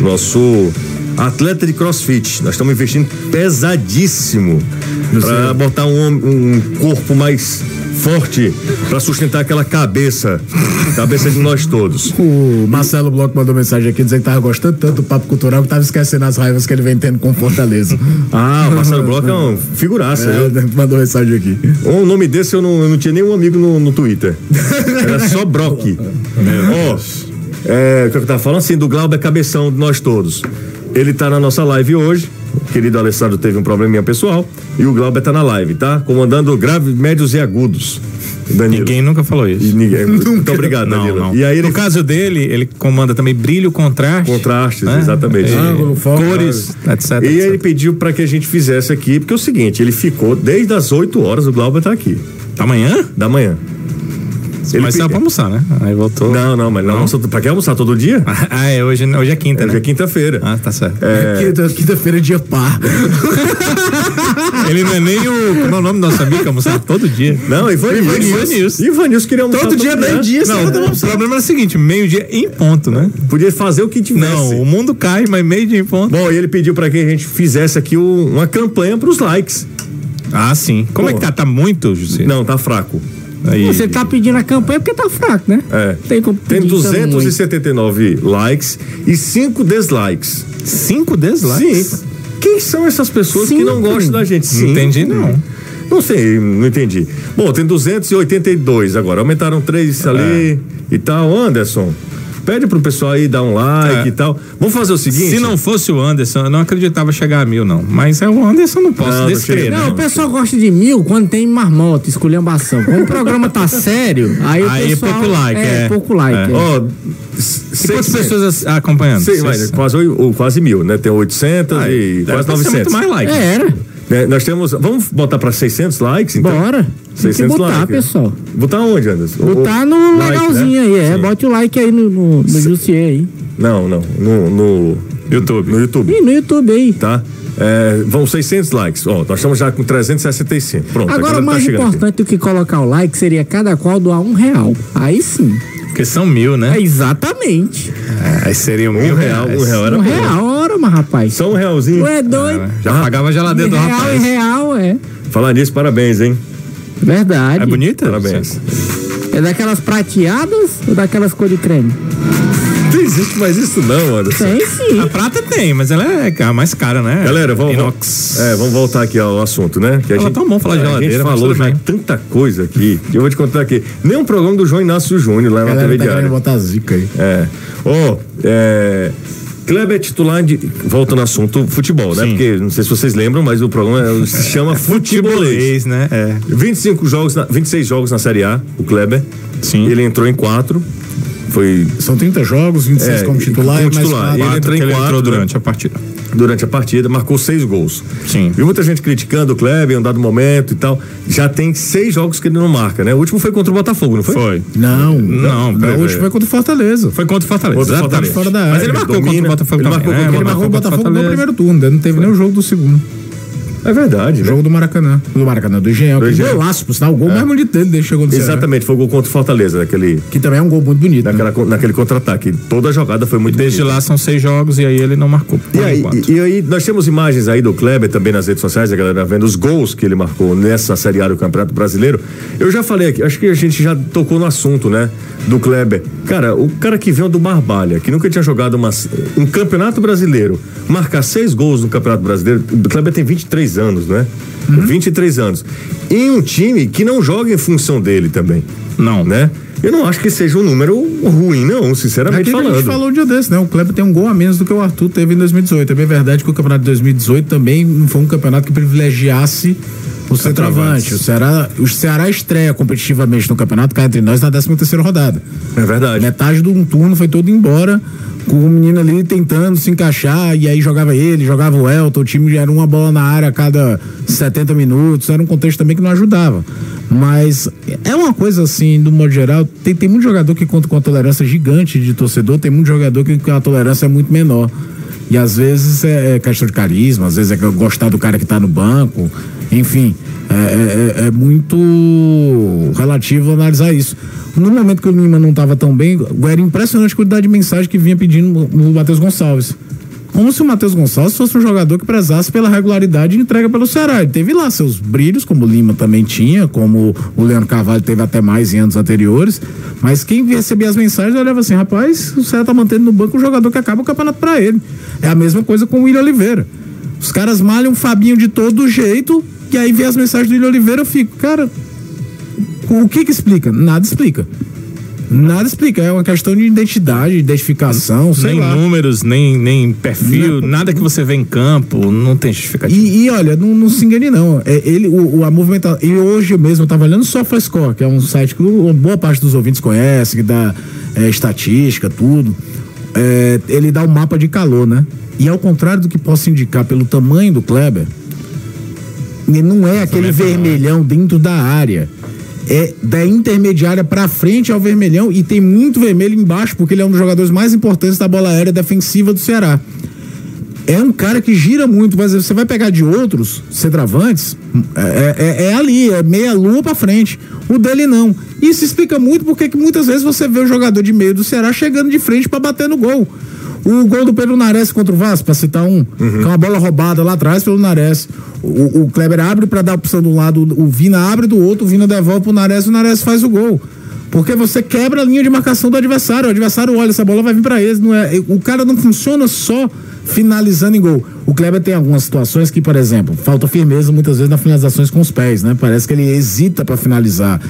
B: Nosso atleta de crossfit. Nós estamos investindo pesadíssimo pra botar um, hom- um corpo mais forte pra sustentar aquela cabeça. Cabeça de nós todos.
E: O Marcelo Bloco mandou mensagem aqui dizendo que tava gostando tanto do papo cultural que tava esquecendo as raivas que ele vem tendo com Fortaleza.
B: Ah, o Marcelo Bloch é um figuraça. eu-
E: É, mandou mensagem aqui.
B: O Um nome desse eu não, eu não tinha nenhum amigo no, no Twitter. Era só Brock. Ó, é, o que eu tava falando assim, do Glauber Cabeção, de nós todos. Ele tá na nossa live hoje. O querido Alessandro teve um probleminha pessoal. E o Glauber tá na live, tá? Comandando graves, médios e agudos. Danilo.
D: Ninguém nunca falou
B: E
D: isso.
B: ninguém- Muito obrigado,
D: Não,
B: Danilo.
D: não.
B: E aí ele
D: no caso dele, ele comanda também brilho, contraste.
B: Contrastes,
D: É.
B: exatamente.
D: E
E: Ângulo, foco,
D: cores, etc.
B: E
D: etc.
B: ele pediu pra que a gente fizesse aqui, porque é o seguinte, ele ficou desde as 8 horas, o Glauber tá aqui,
D: Amanhã?
B: da manhã. Ele
D: Mas saiu
B: pediu.
D: pra almoçar, né? Aí voltou.
B: Não, não, mas não, almoça- pra que almoçar todo dia?
D: Ah, é, hoje, hoje é quinta,
B: É,
D: né?
B: hoje é quinta-feira.
D: Ah, tá certo.
E: Quinta- Quinta-feira é dia par.
D: Ele não é nem o. Como é o nome do nosso amigo que almoçava todo dia?
B: Não, Ivanilson.
D: Ivanilson.
B: Ivanilson. queria almoçar
E: Todo dia, meio-dia,
B: Não,
E: você
D: Não, o problema é o seguinte: meio-dia em ponto, né?
B: Podia fazer o que tivesse.
D: Não, o mundo cai, mas meio-dia em ponto.
B: Bom, e ele pediu pra que a gente fizesse aqui o- uma campanha pros likes.
D: Ah, sim. Como é que tá? Tá muito, José?
B: Não, tá fraco.
D: Aí.
C: Você tá pedindo a campanha porque tá fraco, né?
B: É.
C: Tem como
B: Tem
C: pedir tão ruim.
B: 279 likes e 5 dislikes.
D: Cinco dislikes?
B: Sim. Quem são essas pessoas que
C: Cinco.
B: não gostam da gente?
D: Não entendi, não.
B: Não sei, não entendi. Bom, tem 282 agora. Aumentaram três ali e tal. Anderson, pede pro pessoal aí dar um like
D: É.
B: e tal. Vamos fazer o seguinte.
D: Se não fosse o Anderson, eu não acreditava chegar a mil, não. Mas é o Anderson, não posso
B: Não, não
D: descrever.
B: chega,
D: né?
C: Não, o pessoal gosta de mil quando tem marmota, esculhambação. Quando o programa tá sério, aí, o
D: Aí é
C: pessoal-
D: pouco like, é.
C: pouco like. é.
B: Ó,
D: E quantas
B: seis
D: pessoas as- acompanhando?
B: Sei, mas é quase, oi- ou quase mil, né? Tem 800 e
D: Deve
B: quase
D: ter sido
B: 900.
D: muito mais like.
C: É, era.
B: Né, nós temos. Vamos botar para 600 likes? Então?
C: Bora. Tem que
B: 600
C: botar,
B: likes.
C: pessoal.
B: Botar onde, Anderson?
C: Botar
B: O-
C: no
B: é. like, né?
C: legalzinho aí, é.
B: Sim.
C: Bote o like aí no, no, no Jussier aí.
B: Não, não. No, no
D: YouTube.
B: No YouTube,
C: E no YouTube aí.
B: tá? É, vão 600 likes. Ó, nós estamos já com 365. Pronto,
C: Agora,
B: a
C: o
B: galera tá
C: mais
B: chegando aqui.
C: importante do que colocar o like seria cada qual doar um real. Aí sim.
D: Porque são mil, né? É,
C: É exatamente.
D: Aí seria
B: Um real, um real era
C: um
B: bom.
C: real, hora, mas rapaz.
B: Só um realzinho.
C: Tu é doido.
D: Já pagava a geladeira
B: é
D: do
C: real e
D: rapaz.
C: real, é.
B: Falar nisso, parabéns, hein?
C: Verdade.
D: É bonita?
B: Parabéns.
C: É daquelas prateadas ou daquelas cor de creme?
B: Não existe mais isso, não, Anderson.
C: Tem sim.
E: Ah,
D: A prata tem, mas ela é a mais cara, né?
B: Galera, vamos,
D: Inox.
B: é, vamos voltar aqui ao assunto, né? Que a
D: Tava tão bom falar de
B: a
D: geladeira,
B: gente
D: mas
B: falou
D: tudo
B: já
D: bem.
B: tanta coisa aqui. que Eu vou te contar aqui. Nem um programa do João Inácio Júnior lá
E: A
B: na
D: é
E: galera
B: TV
E: tá querendo
B: Diário.
E: botar a zica aí.
B: É. Ó, é. Kleber é titular de. Volta no assunto futebol, né?
D: Sim.
B: Porque não sei se vocês lembram, mas o programa é- se chama Futebolês.
D: Futebolês, né? É.
B: 25 jogos, na- 26 jogos na Série A, o Kleber.
D: Sim.
B: Ele entrou em quatro. Foi
E: São 30 jogos, 26
B: É,
E: como titular,
B: como
E: e mais
B: titular.
E: quatro.
B: Ele entrou em
D: que ele
B: quatro,
D: entrou
B: né?
D: durante a partida.
B: durante a partida, marcou seis gols.
D: Sim.
B: Viu muita gente criticando o Kleber em um dado momento e tal. Já tem seis jogos que ele não marca, né? O último foi contra o Botafogo, não foi?
E: Não,
D: Não,
E: não.
D: peraí,
E: O último
D: peraí.
E: foi contra o Fortaleza.
D: Foi contra o Fortaleza.
B: Contra o Fortaleza.
D: exatamente.
B: Fora da
D: Mas
B: área,
D: ele marcou
B: domina.
D: contra o Botafogo
B: Ele
D: também.
B: marcou
D: né?
B: contra-
E: Ele marcou o
D: contra
E: Botafogo no
D: Fortaleza.
E: primeiro turno, né? não teve nem o jogo do segundo.
B: É verdade, né?
E: Jogo do Maracanã. Do Maracanã, do Engenhão.
B: Do
E: que
B: Engenhão.
E: Golaço, por sinal, o gol mais bonito dele, desde que chegou no Ceará.
B: Exatamente, foi o gol contra o Fortaleza, naquele,
E: Que também é um gol muito bonito. né?
D: Uhum.
B: naquela, naquele contra-ataque. Toda a jogada foi muito
D: Desde
B: bonita.
D: lá são seis jogos e aí ele não marcou.
B: E
D: por
B: aí,
D: enquanto.
B: e- e aí, nós temos imagens aí do Kleber também nas redes sociais, a galera vendo os gols que ele marcou nessa Série A do Campeonato Brasileiro. Eu já falei aqui, acho que a gente já tocou no assunto, né? Do Kleber. Cara, o cara que veio do Barbalha, que nunca tinha jogado uma- um Campeonato Brasileiro, marcar seis gols no Campeonato Brasileiro, o Kleber tem 23 anos, né? 23 anos. Em um time que não joga em função dele também.
D: Não.
B: Né? Eu não acho que seja um número ruim, não, sinceramente
E: Aqui que a
B: falando.
E: gente falou um dia desse, né? O Kleber tem um gol a menos do que o Arthur teve em 2018. É bem verdade que o campeonato de 2018 também não foi um campeonato que privilegiasse O centroavante. O Ceará, o Ceará estreia competitivamente no campeonato, cai entre nós na 13 terceira rodada.
B: É verdade.
E: Metade do um turno foi todo embora, com o menino ali tentando se encaixar, e aí jogava ele, jogava o Elton, o time era uma bola na área a cada 70 minutos, era um contexto também que não ajudava. Mas é uma coisa assim, do modo geral, tem, tem muito jogador que conta com a tolerância gigante de torcedor, tem muito jogador que a tolerância é muito menor. E às vezes é é questão de carisma, às vezes é gostar do cara que tá no banco, enfim. É, é- é- é muito relativo analisar isso. No momento que o Lima não estava tão bem, era impressionante a quantidade de mensagem que vinha pedindo no Matheus Gonçalves. Como se o Matheus Gonçalves fosse um jogador que prezasse pela regularidade e entrega pelo Ceará. Ele teve lá seus brilhos, como o Lima também tinha, como o Leandro Carvalho teve até mais em anos anteriores. Mas quem recebia as mensagens olhava assim: rapaz, o Ceará tá mantendo no banco um jogador que acaba o campeonato para ele. É a mesma coisa com o William Oliveira. Os caras malham o Fabinho de todo jeito, e aí vê as mensagens do William Oliveira, eu fico, cara, o que que explica? Nada explica. Nada explica, é uma questão de identidade, de identificação, sei
D: nem
E: lá.
D: números, nem, nem
B: é
D: perfil, nada que você vê em campo, não tem justificativa.
E: E, e olha, não, não se engane não. É, ele, o, o- a movimentação. E hoje mesmo eu tava olhando só Score, que é um site que uma boa parte dos ouvintes conhece, que dá é, estatística, tudo. É, ele dá o mapa de calor, né? E ao contrário do que posso indicar pelo tamanho do Kleber, ele não é aquele vermelhão dentro da área. É da intermediária pra frente ao vermelhão e tem muito vermelho embaixo, porque ele é um dos jogadores mais importantes da bola aérea defensiva do Ceará é um cara que gira muito, mas você vai pegar de outros centravantes, é, é- é ali, é um meia lua pra frente. O dele não. Isso explica muito porque que muitas vezes você vê o jogador de meio do Ceará chegando de frente pra bater no gol. O gol do Pedro Nares contra o Vasco, pra citar um,
B: Uhum.
E: que é uma bola roubada lá atrás pelo Nares. O, o Kleber abre pra dar a opção de um lado, o Vina abre do outro, o Vina devolve pro Nares, o Nares faz o gol. Porque você quebra a linha de marcação do adversário. O adversário olha, essa bola vai vir pra eles. Não é, o cara não funciona só finalizando em gol. O Kleber tem algumas situações que, por exemplo, falta firmeza muitas vezes nas finalizações com os pés, né? Parece que ele hesita pra finalizar.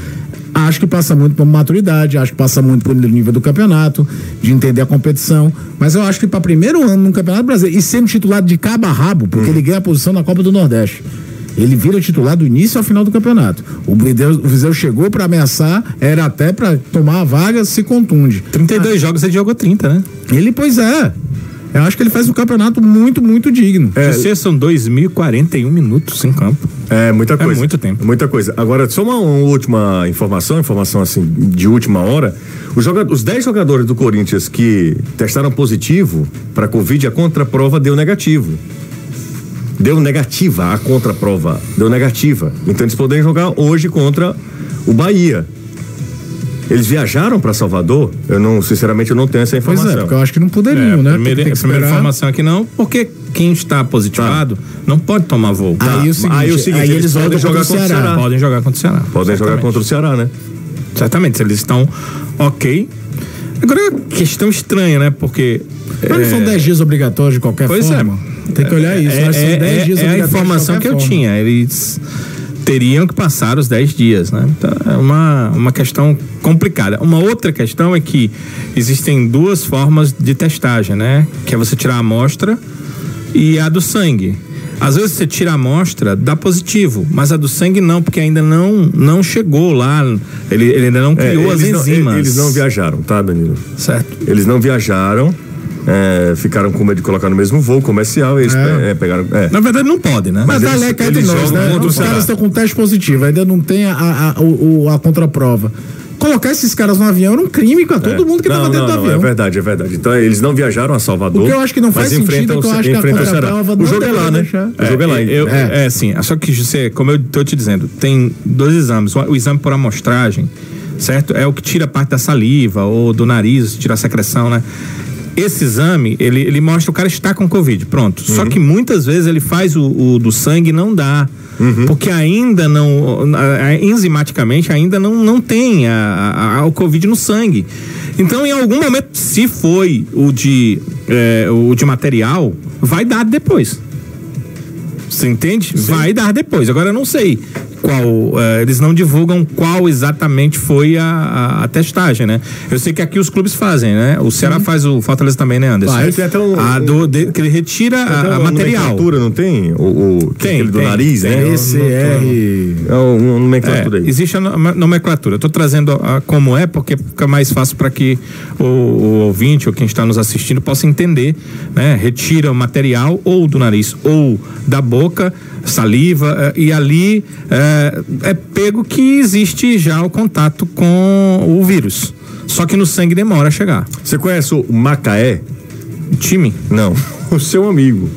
E: Acho que passa muito por maturidade, acho que passa muito pelo nível do campeonato, de entender a competição. Mas eu acho que para primeiro ano no Campeonato Brasileiro, e sendo titulado de cabo a rabo, porque ele ganha a posição na Copa do Nordeste. Ele vira titular do início ao final do campeonato. O Viseu, o Viseu chegou para ameaçar, era até para tomar a vaga, se contunde.
D: 32 jogos, você jogou 30, né?
E: Ele, pois é. Eu acho que ele faz um campeonato muito, muito digno.
D: É. são 2.041 minutos em campo.
B: É muita
D: É
B: coisa.
D: muito tempo.
B: Muita coisa. Agora, só uma, uma última informação, informação assim, de última hora. Os, joga- os 10 jogadores do Corinthians que testaram positivo para Covid, a contraprova deu negativo. Deu negativa, a contraprova deu negativa. Então eles podem jogar hoje contra o Bahia. Eles viajaram para Salvador? Eu não, sinceramente, eu não tenho essa
E: Pois
B: informação.
E: é, porque eu acho que não poderiam,
D: É,
E: né?
D: primeira,
E: Tem que
D: a primeira
E: esperar.
D: informação aqui não, porque quem está positivado não pode tomar voo.
E: Ah, Aí o seguinte, aí eles
B: podem jogar
E: voltam contra o
B: contra o
E: Ceará.
B: Ceará.
D: Podem jogar contra o Ceará.
B: Podem jogar
D: certamente.
B: contra o Ceará, né?
D: Certamente, se eles estão ok. Agora é uma questão estranha, né? Porque.
E: Mas não
D: é,
E: são 10 dias obrigatórios de qualquer
D: Pois é.
E: forma. Tem que olhar isso.
D: É,
E: né? São
D: é-
E: 10
D: é-
E: dias
D: é a
E: obrigatórios de
D: informação
E: qualquer
D: que eu
E: forma.
D: tinha. Eles teriam que passar os 10 dias, né? Então, é uma, uma questão complicada. Uma outra questão é que existem duas formas de testagem, né? Que é você tirar a amostra e a do sangue. Às vezes você tira a amostra, dá positivo, mas a do sangue não, porque ainda não, não chegou lá. Ele, ele ainda não
B: É,
D: criou as
B: eles não-
D: enzimas.
B: eles não viajaram, tá, Danilo?
D: Certo.
B: Eles não viajaram, é, ficaram com medo de colocar no mesmo voo comercial, eles pe- é, pegaram. é.
D: Na verdade, não pode, né?
E: Mas
B: Mas
E: tá
B: eles-
E: leca entre
B: eles
E: nós,
B: jogam
E: né?
B: contra o
E: Os
B: Ceará.
E: caras estão com teste positivo, ainda não tem a, a, a- o- o- a contraprova. Colocar esses caras no avião era um crime
D: É.
E: com todo mundo que
B: não,
E: estava dentro
B: não,
E: do
B: não,
E: avião.
B: É verdade, é verdade. Então eles não viajaram a Salvador.
E: O que eu acho que não faz
B: mas enfrentam
E: sentido, é que eu
B: o Ce-
E: acho que a
B: enfrentam o Ceará.
E: contraprova
B: O
E: não
B: jogo é lá,
E: deveria
B: né?
E: deixar. Então,
B: O jogo é lá.
D: Eu,
B: é.
D: é. sim. Só que você, como eu tô te dizendo, tem dois exames. Um é O exame por amostragem, certo? É o que tira parte da saliva ou do nariz, tira a secreção, né? Esse exame, ele, ele mostra o cara está com Covid, pronto. Só que muitas vezes ele faz o, o do sangue e não dá. Porque ainda não, a- a- enzimaticamente, ainda não, não tem a, a- a- o Covid no sangue. Então, em algum momento, se foi o de, eh, o de material, vai dar depois. Você entende? Vai dar depois. Agora eu não sei qual eh, eles não divulgam qual exatamente foi a, a- a testagem, né? Eu sei que aqui os clubes fazem, né? O Ceará faz o Fortaleza também, né, Anderson?
B: Faz. Uhum. Tem até um-
D: a do, de- que ele retira a-
E: é
D: a,
B: Então,
D: material.
B: nomenclatura, não tem? O, o,
D: Tem,
B: aquele do
D: tem,
B: nariz,
E: É
D: tem.
B: né?
E: PCR.
B: É uma nomenclatura
D: É,
B: aí.
D: existe a no- nomenclatura. Eu tô trazendo a- como é, porque fica mais fácil para que o, o ouvinte ou quem está nos assistindo possa entender, né? Retira o material ou do nariz ou da boca, saliva, eh, e ali eh, é, pego que existe já o contato com o vírus. Só que no sangue demora a chegar.
B: Você conhece o Macaé?
D: Time,
B: Não. O seu amigo.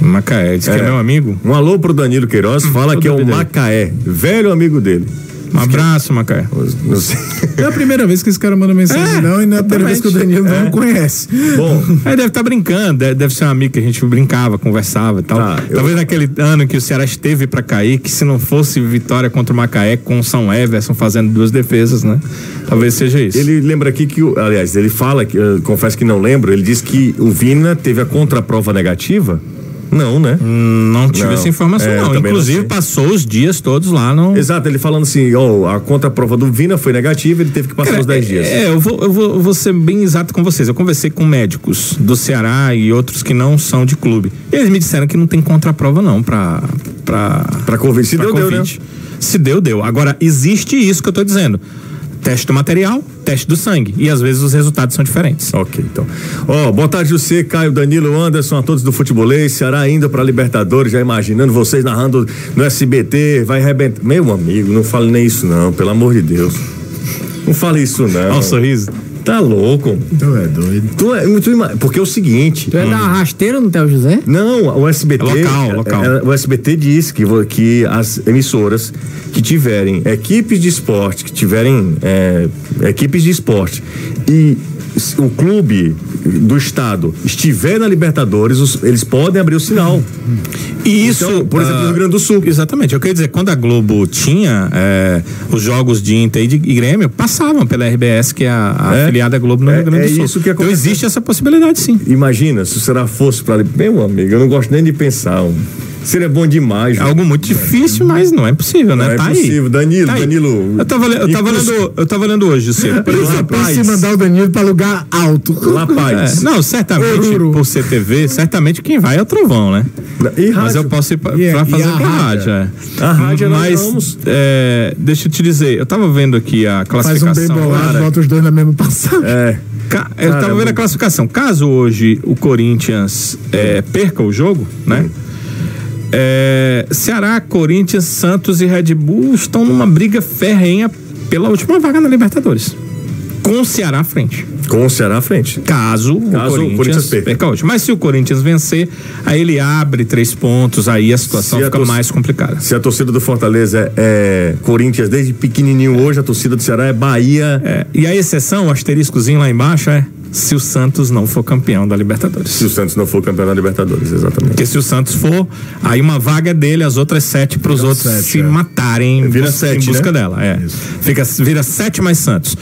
D: Macaé, diz que é
B: É.
D: meu amigo.
B: Um alô pro Danilo Queiroz, fala que é o
D: dúvida.
B: Macaé, velho amigo dele.
D: Um abraço, Macaé.
B: Não sei.
E: Não é a primeira vez que esse cara manda mensagem,
D: É,
E: não, e não é a primeira vez que o Danilo não conhece.
B: Bom,
D: Aí É, deve estar brincando, deve- deve ser um amigo que a gente brincava, conversava e tal.
B: Tá, eu-
D: Talvez naquele ano que o Ceará esteve pra cair, que se não fosse vitória contra o Macaé com o São Everson fazendo duas defesas, né? Talvez seja isso.
B: ele lembra aqui que, o- aliás, ele fala, que, eh, confesso que não lembro, ele diz que o Vina teve a contraprova negativa? Não, né?
D: Hum. Não tive
B: Não.
D: essa informação,
B: É, eu
D: não.
B: também não
D: Inclusive,
B: sei.
D: passou os dias todos lá no.
B: Exato, ele falando assim, ó, a contraprova do Vina foi negativa, ele teve que passar
D: Cara,
B: os 10 dias.
D: É, eu vou, eu, vou, eu vou ser bem exato com vocês. Eu conversei com médicos do Ceará e outros que não são de clube. Eles me disseram que não tem contraprova, não, pra. pra,
B: Pra Covid. Se deu, deu, né?
D: Se deu, deu. Agora, existe isso que eu tô dizendo: teste do material, teste do sangue. E às vezes os resultados são diferentes.
B: Ok, então. Ó, boa tarde, você, Caio, Danilo, Anderson, a todos do futebolês. Ceará indo pra Libertadores, já imaginando vocês narrando no SBT, vai arrebentar. Meu amigo, não fale nem isso, não, pelo amor de Deus. Não fale isso, não.
D: Olha o sorriso.
B: Tá louco.
E: Tu é doido.
B: Tu é, tu ima- porque é o seguinte.
C: Tu é dar uma rasteira no Theo José?
B: Não, o SBT.
D: É local, local.
B: é, o SBT diz que, vo- que as emissoras que tiverem equipes de esporte, que tiverem é, equipes de esporte e se o clube do estado estiver na Libertadores, os- eles podem abrir o sinal.
D: E isso.
B: Então, por exemplo,
D: ah,
B: no Rio Grande do Sul.
D: Exatamente. Eu queria dizer, quando a Globo tinha eh, os jogos de Inter e de e Grêmio, passavam pela RBS, que é a, a
B: É.
D: afiliada Globo no
B: É-
D: Rio Grande
B: é
D: do Sul.
B: isso que
D: então
B: aconteceu.
D: existe essa possibilidade, sim.
B: Imagina se o Ceará fosse para meu amigo, eu não gosto nem de pensar. homem. Seria bom demais.
D: É
B: velho.
D: algo muito difícil, mas não é possível, né?
B: Não é
D: tá
B: possível.
D: Aí.
B: Danilo,
D: Tá aí.
B: Danilo,
D: Eu tava, le- eu tava
B: inclusive-
D: lendo, eu tava lendo hoje, você. Por exemplo.
E: Pra
B: Rapaz.
E: se mandar o Danilo pra lugar alto.
B: Lá, paz.
D: É, não, certamente,
E: Oruro.
D: por CTV, certamente quem vai é o Trovão, né?
B: E
D: Mas
B: rádio?
D: eu posso ir pra,
E: E- é-
D: pra
E: e
D: fazer
E: a
D: pra rádio.
E: rádio?
D: é.
B: A rádio nós
D: Mas,
B: vamos.
D: é, deixa eu te dizer, eu tava vendo aqui a
E: Faz
D: classificação.
E: um bem bolado,
D: Cara,
E: bota os dois na mesma passagem.
B: É.
D: Ca- eu
B: Cara,
D: tava vendo a
B: muito-
D: classificação. Caso hoje o Corinthians é, perca o jogo, né? É, Ceará, Corinthians, Santos e Red Bull estão numa briga ferrenha pela última vaga na Libertadores. Com o Ceará à frente.
B: Com o Ceará à frente. Caso
D: Caso,
B: o
D: o Corinthians
B: Corinthians
D: perca.
B: perca.
D: hoje. Mas se o Corinthians vencer, aí ele abre três pontos, aí a situação
B: Se a
D: fica
B: torcida-
D: mais complicada.
B: Se a torcida do Fortaleza é Corinthians desde pequenininho hoje, a torcida do Ceará é Bahia.
D: É, e a exceção, o asteriscozinho lá embaixo, é se o Santos não for campeão da Libertadores.
B: Se o Santos não for campeão da Libertadores, exatamente.
D: Porque se o Santos for, aí uma vaga é dele, as outras sete pros outros
E: sete,
D: se
E: é.
D: matarem em
B: Vira
D: bus-
B: sete,
D: em busca
B: né?
D: dela. É. Fica, vira sete mais Santos.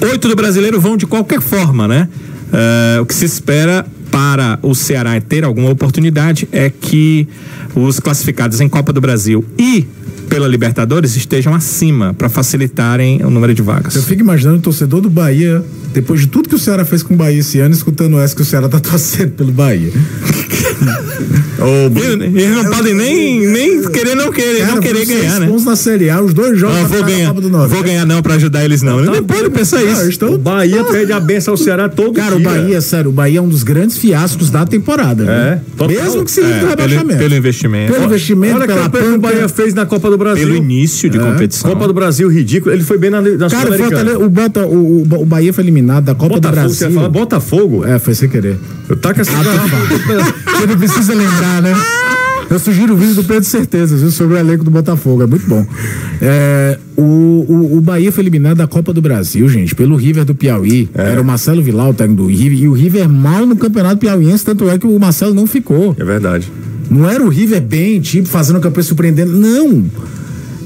D: Oito do brasileiro vão de qualquer forma, né? Eh, o que se espera para o Ceará é ter alguma oportunidade é que os classificados em Copa do Brasil e pela Libertadores estejam acima para facilitarem o número de
E: Eu
D: vagas.
E: fico imaginando o torcedor do Bahia, depois de tudo que o Ceará fez com o Bahia esse ano, escutando essa que o Ceará tá torcendo pelo Bahia.
B: Ô, Bruno,
D: Eles não podem nem, nem querer não querer,
E: Cara,
D: não querer
E: foram
D: ganhar,
E: seis
D: né?
E: pontos na Série A, os dois jogos
D: Não,
E: na
D: Ah, vou
E: final da
D: ganhar.
E: Copa do Norte.
D: Vou ganhar não pra ajudar eles não. Não pode pensar
E: Não, eles
D: é isso.
E: tão-
B: o Bahia perde é a benção ao Ceará todo
E: Cara, o
B: dia.
E: Bahia, sério, o Bahia é um dos grandes fiascos da temporada.
B: É,
E: né?
B: total.
E: Mesmo que se livre do
D: É, pelo,
E: rebaixamento.
D: pelo
E: Pelo,
D: investimento.
E: investimento,
B: Olha a
E: pela
B: campanha que o
E: panca.
B: Bahia fez na Copa do Brasil.
D: Pelo início de competição.
B: Copa do Brasil, ridículo. Ele foi bem na, na
E: Cara, o,
B: Sul-Americana.
E: Fortaleza- o, Bota- o, o- o Bahia foi eliminado da Copa do
B: Botafogo, você
E: Brasil.
B: ia falar Botafogo?
E: É, Ah, tá. foi sem querer.
B: Eu taco essa
E: Você não precisa lembrar, né? Eu sugiro o vídeo do Pedro Certeza, viu? Sobre o elenco do Botafogo. É muito bom. É, o, o, o Bahia foi eliminado né, da Copa do Brasil, gente, pelo River do Piauí. Era o Marcelo Vilar, o técnico do River. E o River é mal no campeonato piauiense, tanto é que o Marcelo não ficou.
B: É verdade.
E: Não era o River bem, tipo, fazendo campanha surpreendendo. Não!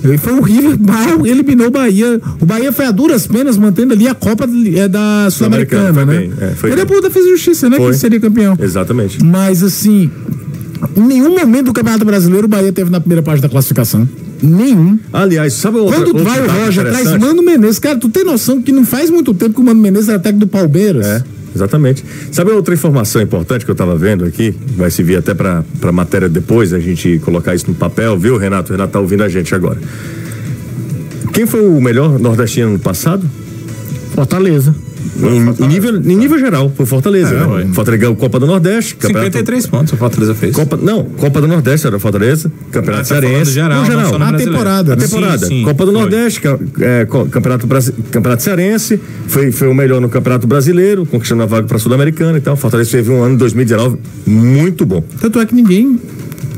E: Ele Foi o River mal, eliminou o Bahia. O Bahia foi a duras penas mantendo ali a Copa eh, da Sul-Americana,
B: foi
E: né?
B: bem, é, foi
E: Mas
B: bem.
E: depois da fez justiça, né?
B: Foi.
E: Que seria campeão.
B: Exatamente.
E: Mas assim, em nenhum momento do Campeonato Brasileiro o Bahia teve na primeira parte da classificação. nenhum.
B: Aliás, sabe outra,
E: Quando
B: outro
E: vai o
B: dado
E: Roger traz
B: interessante?
E: Mano Menezes, cara, tu tem noção que não faz muito tempo que o Mano Menezes era técnico do Palmeiras.
B: É, exatamente. Sabe outra informação importante que eu estava vendo aqui? Vai servir até para a matéria depois, a gente colocar isso no papel, viu, Renato? O Renato tá ouvindo a gente agora. Quem foi o melhor nordestino no passado?
C: Fortaleza.
B: Em, em nível, em nível geral, foi o Fortaleza.
D: É,
B: né?
D: ué.
B: Fortaleza ganhou Copa do Nordeste, Campeonato.
D: 53 pontos o Fortaleza fez.
B: Copa, não, Copa do Nordeste era Fortaleza, Campeonato
D: Ah, tá falando
B: Cearense.
D: geral,
B: no
D: não
B: geral.
D: só no
B: A
D: brasileiro.
B: temporada. A
D: Sim,
B: temporada.
D: sim,
B: Copa do
D: foi.
B: Nordeste, ca- é, co- campeonato, Brasi- campeonato Cearense, foi, foi o melhor no Campeonato Brasileiro, conquistando a vaga para a Sul-Americana e tal. Fortaleza teve um ano 2019 muito bom.
E: Tanto é que ninguém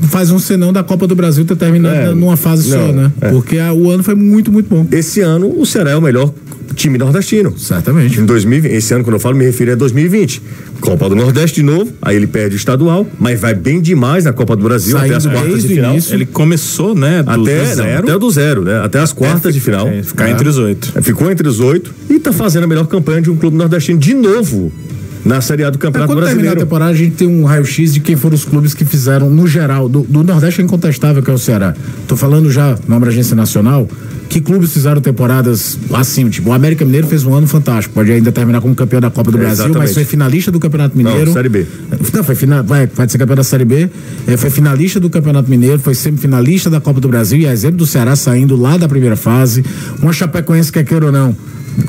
E: faz um senão da Copa do Brasil ter terminado
B: É,
E: numa fase só,
B: não,
E: né?
B: é.
E: Porque a- o ano foi muito, muito bom.
B: Esse ano, o Ceará é o melhor time nordestino.
E: Certamente.
B: Em 2020, esse ano, quando eu falo, me refiro a 2020. Copa do Nordeste de novo, aí ele perde o estadual, mas vai bem demais na Copa do Brasil
E: Saindo
B: até as quartas
E: desde
B: de
E: o
B: final.
E: início.
D: Ele começou, né? Do
B: Até,
D: do
B: não,
D: zero.
B: até o do zero, né? Até as quartas de final. Né?
D: É, ficar entre os oito.
B: Ficou entre os oito e tá fazendo a melhor campanha de um clube nordestino de novo na Série A
D: É,
B: do
E: Pra
B: Campeonato
E: quando terminar a
B: Brasileiro.
E: temporada, a gente tem um raio-x de quem foram os clubes que fizeram, no geral, do, do Nordeste é incontestável que é o Ceará. Tô falando já, nome da agência nacional, que clubes fizeram temporadas assim, tipo, o América Mineiro fez um ano fantástico, pode ainda terminar como campeão da Copa do
B: É,
E: Brasil,
B: exatamente.
E: mas foi finalista do Campeonato Mineiro.
B: Série B.
E: Não, foi final, vai, vai ser campeão da Série B, eh, foi finalista do Campeonato Mineiro, foi semifinalista da Copa do Brasil e a exemplo do Ceará saindo lá da primeira fase, uma Chapecoense quer queira ou não,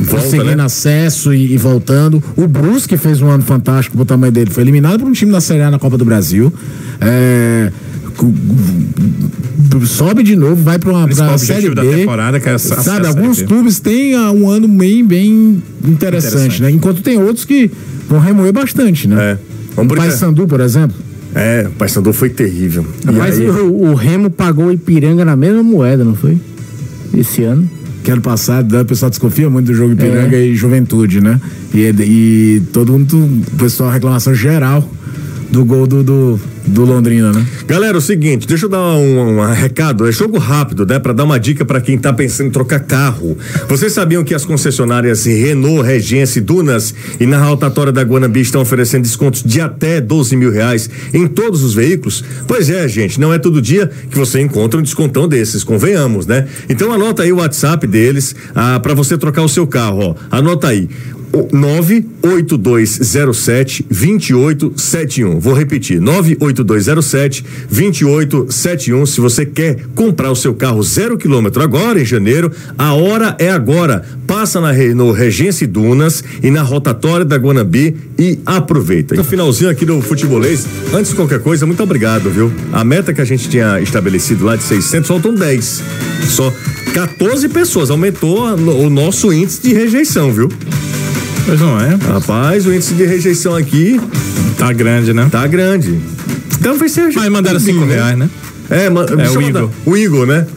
E: conseguindo
B: né?
E: acesso e, e voltando. O Brusque fez um ano fantástico pro tamanho dele, foi eliminado por um time da Série A na Copa do Brasil. É, cu- cu- sobe de novo, vai pra uma
D: Principal
E: pra Série
D: objetivo
E: B.
D: da temporada, que é essa-
E: Sabe,
D: essa
E: alguns
D: Série B.
E: clubes têm ah, um ano bem, bem interessante,
D: Interessante.
E: né? Enquanto tem outros que vão remoer bastante, né?
B: É. Vamos
E: O
B: brincar.
E: Paysandu, por exemplo.
B: É, o Paysandu foi terrível. E
C: Mas
B: aí-
C: o, o Remo pagou o Ipiranga na mesma moeda, não foi? Esse ano.
E: Que ano passado né, o pessoal desconfia muito do jogo Ipiranga e Juventude, né? E, e todo mundo, o pessoal, reclamação geral do gol do, do, do Londrina, né?
B: Galera, é o seguinte, deixa eu dar um, um recado, é jogo rápido, né? Pra dar uma dica pra quem tá pensando em trocar carro. Vocês sabiam que as concessionárias Renault, Regência, Dunas e na rotatória da Guanambi estão oferecendo descontos de até 12 mil reais em todos os veículos? Pois é, gente, não é todo dia que você encontra um descontão desses, convenhamos, né? Então anota aí o WhatsApp deles ah, para você trocar o seu carro, ó. Anota aí. O- 98207-2871. Vou repetir: 98207-2871. Se você quer comprar o seu carro zero quilômetro agora, em janeiro, a hora é agora. Passa na Renault Regência e Dunas e na rotatória da Guanambi e aproveita. E o finalzinho aqui do futebolês, antes de qualquer coisa, muito obrigado, viu? A meta que a gente tinha estabelecido lá de 600, faltam 10. Só 14 pessoas. Aumentou a- o nosso índice de rejeição, viu?
D: Pois não é?
B: Rapaz, o índice de rejeição aqui
D: Tá grande, né?
B: tá grande. Então vai ser.
D: Mas mandaram 5 reais, né?
B: É, ma- deixa eu
D: o
B: mandar-
D: Igor.
B: O Igor, né?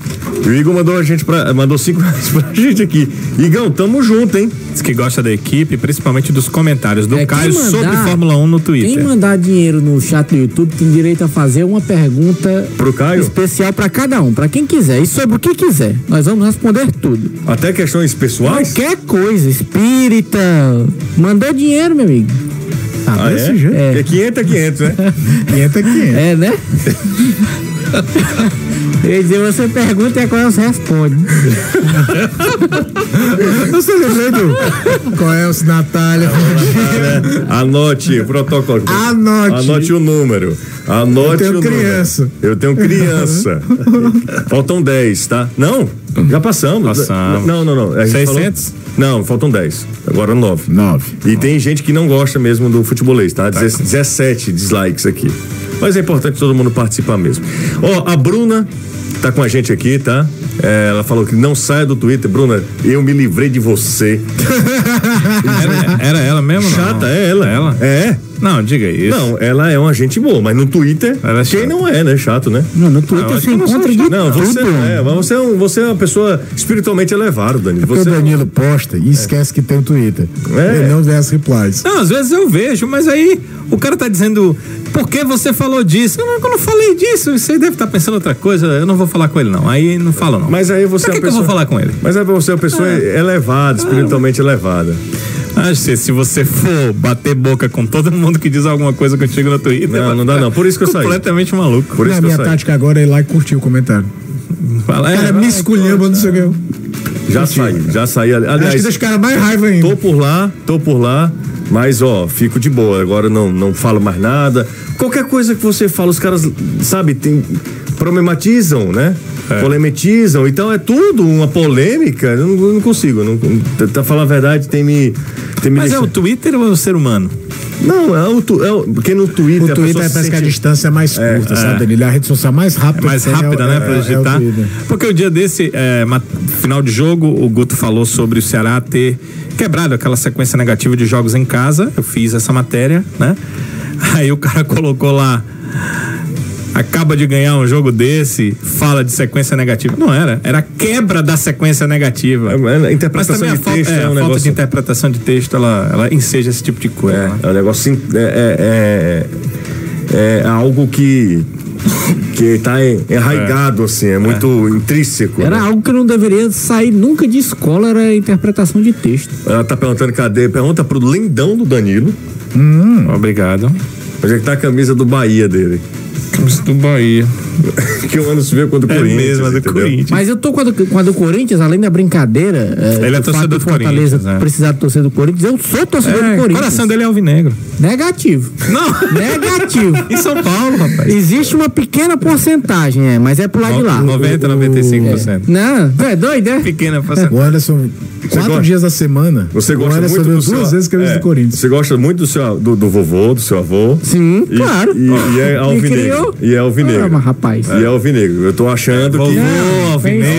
B: O Igor mandou a gente pra, mandou cinco reais pra gente aqui. Igão, tamo junto, hein?
D: Diz que gosta da equipe, principalmente dos comentários do
C: É, quem
D: Caio
C: mandar-
D: sobre Fórmula 1 no
C: Quem
D: Twitter.
C: mandar dinheiro no chat do YouTube tem direito a fazer uma pergunta
B: Pro Caio?
C: especial pra cada um, pra quem quiser. E sobre o que quiser. Nós vamos responder tudo.
B: Até questões pessoais?
C: Qualquer coisa, espírita. Mandou dinheiro, meu amigo.
E: Ah,
B: Ah,
E: desse
B: é?
E: jeito.
B: é 500 é 500, né?
E: 500 é 500.
C: É, né? Quer dizer, você pergunta e é a coisa você responde.
E: Você lembra do é qual é o Natália?
B: É. Anote o protocolo.
E: Anote.
B: Anote o número. Anote
E: Eu tenho
B: o número.
E: criança.
B: Eu tenho criança. faltam 10, tá? Não, já passamos.
D: Passamos.
B: Não, não, não. A gente
D: 600?
B: falou- Não, faltam 10. Agora 9.
E: 9.
B: E tem gente que não gosta mesmo do futebolês, tá? Deze- 17 dislikes aqui. Mas é importante todo mundo participar mesmo. Ó, a Bruna tá com a gente aqui, tá? É, ela falou que não saia do Twitter. Bruna, eu me livrei de você.
D: Era, era ela mesmo? não?
B: Chata, é ela.
D: Ela?
B: É.
D: Não, diga isso.
B: Não, ela é uma gente boa, mas no Twitter,
D: Ela é
B: quem
D: chata.
B: não é, né? Chato, né?
C: Não, no Twitter
D: acho
C: você
D: que eu não sou
C: encontra de
B: Não, você,
C: tudo.
B: é, mas você, é um- você é uma pessoa espiritualmente elevada,
D: É
B: Danilo.
E: Porque o
B: Você um,
E: Danilo posta e esquece que tem o Twitter.
B: É.
E: Ele não vê as replies.
D: Não, às vezes eu vejo, mas aí o cara tá dizendo, por que você falou disso? Eu não, eu não falei disso, você deve estar pensando outra coisa, eu não vou falar com ele não. Aí não falo não.
B: Mas aí você
D: Pra
B: é
D: que,
B: uma
D: que eu vou
B: pessoa-
D: falar com Ah. ele?
B: Mas aí você é uma pessoa elevada, espiritualmente elevada.
D: Ah, se, se você for bater boca com todo mundo que diz alguma coisa contigo no Twitter,
B: Não,
D: vai
B: não dá
D: ficar
B: não. Por isso que eu saí.
D: Completamente maluco.
B: Por isso
E: a
B: que eu
E: minha
B: saí.
E: tática agora é ir lá e curtir o comentário.
D: Fala, é,
E: Cara, me esculhamba, não sei o que.
B: Já saí, já saí. ali-
E: Acho que
B: Aliás,
E: deixa o cara mais raiva ainda.
B: tô por lá, tô por lá, mas ó, fico de boa. Agora não, não falo mais nada. Qualquer coisa que você fala, os caras, sabe, tem, problematizam, né?
E: É.
B: Polemitizam. Então é tudo uma polêmica. Eu não, eu não consigo. Não, tá- tá falando a verdade, tem me. Tem me
D: Mas é o
B: deixado-
D: Twitter ou é o ser humano?
B: Não, é o, tu- é o- porque no
E: O
B: Twitter. a
E: Twitter
B: pessoa
E: é,
B: se
E: parece que a
B: sente-
E: distância é mais curta, sabe, Danilo? A rede social mais
D: É
E: rápida.
D: mais
E: que tem
D: rápida,
E: o-
D: né, pra
E: é- é o
D: digitar.
E: Twitter.
D: Porque o dia desse, é, ma- final de jogo, o Guto falou sobre o Ceará ter quebrado aquela sequência negativa de jogos em casa. Eu fiz essa matéria, né? Aí o cara colocou lá. Acaba de ganhar um jogo desse, fala de sequência negativa. Não era, era a quebra da sequência negativa.
B: É, é, a
D: Mas
B: interpretação
D: também a,
B: de
D: falta,
B: texto
D: é,
B: é, um
D: a falta de
B: negócio.
D: interpretação de texto, ela, ela enseja esse tipo de coisa. né?
B: É, é um negócio. sim- É, é, é, é algo que. que tá en- enraigado, assim. É muito intrínseco.
C: Era
B: né?
C: algo que não deveria sair nunca de escola, era interpretação de texto.
B: Ela tá perguntando cadê? Pergunta pro lindão do Danilo.
D: Obrigado.
B: Onde é que tá a camisa do Bahia dele?
D: Camisa do Bahia.
B: Que o ano se vê contra o
D: É
B: Corinthians.
D: mesmo, a do
B: entendeu?
D: Corinthians.
C: Mas eu tô com a do, com a do Corinthians, além da brincadeira.
D: Ele é
C: do fato
D: torcedor
C: do
D: do
C: Fortaleza
D: Corinthians, né?
C: precisar de torcer do Corinthians, eu sou torcedor do
D: É, o
C: Corinthians.
D: coração dele é alvinegro.
C: Negativo.
D: Não.
C: Negativo.
D: Em São Paulo, rapaz.
C: Existe uma pequena porcentagem, é, mas é pro lado de lá.
D: 90, 95%.
C: Não, é doido, é?
D: Pequena porcentagem.
E: O Anderson, quatro
B: gosta?
E: dias da semana.
B: Você
E: o
B: gosta
E: Anderson
B: muito
E: deu
B: do
E: duas
B: seu,
E: vezes que eu
B: é,
E: do Corinthians.
B: Você gosta muito do seu do, do vovô, do seu avô.
C: Sim,
B: E-
C: claro.
B: E, e é alvinegro.
C: criou.
B: E é alvinegro.
C: Ah, mas rapaz.
B: E é alvinegro. Eu tô achando que.
D: Vovô,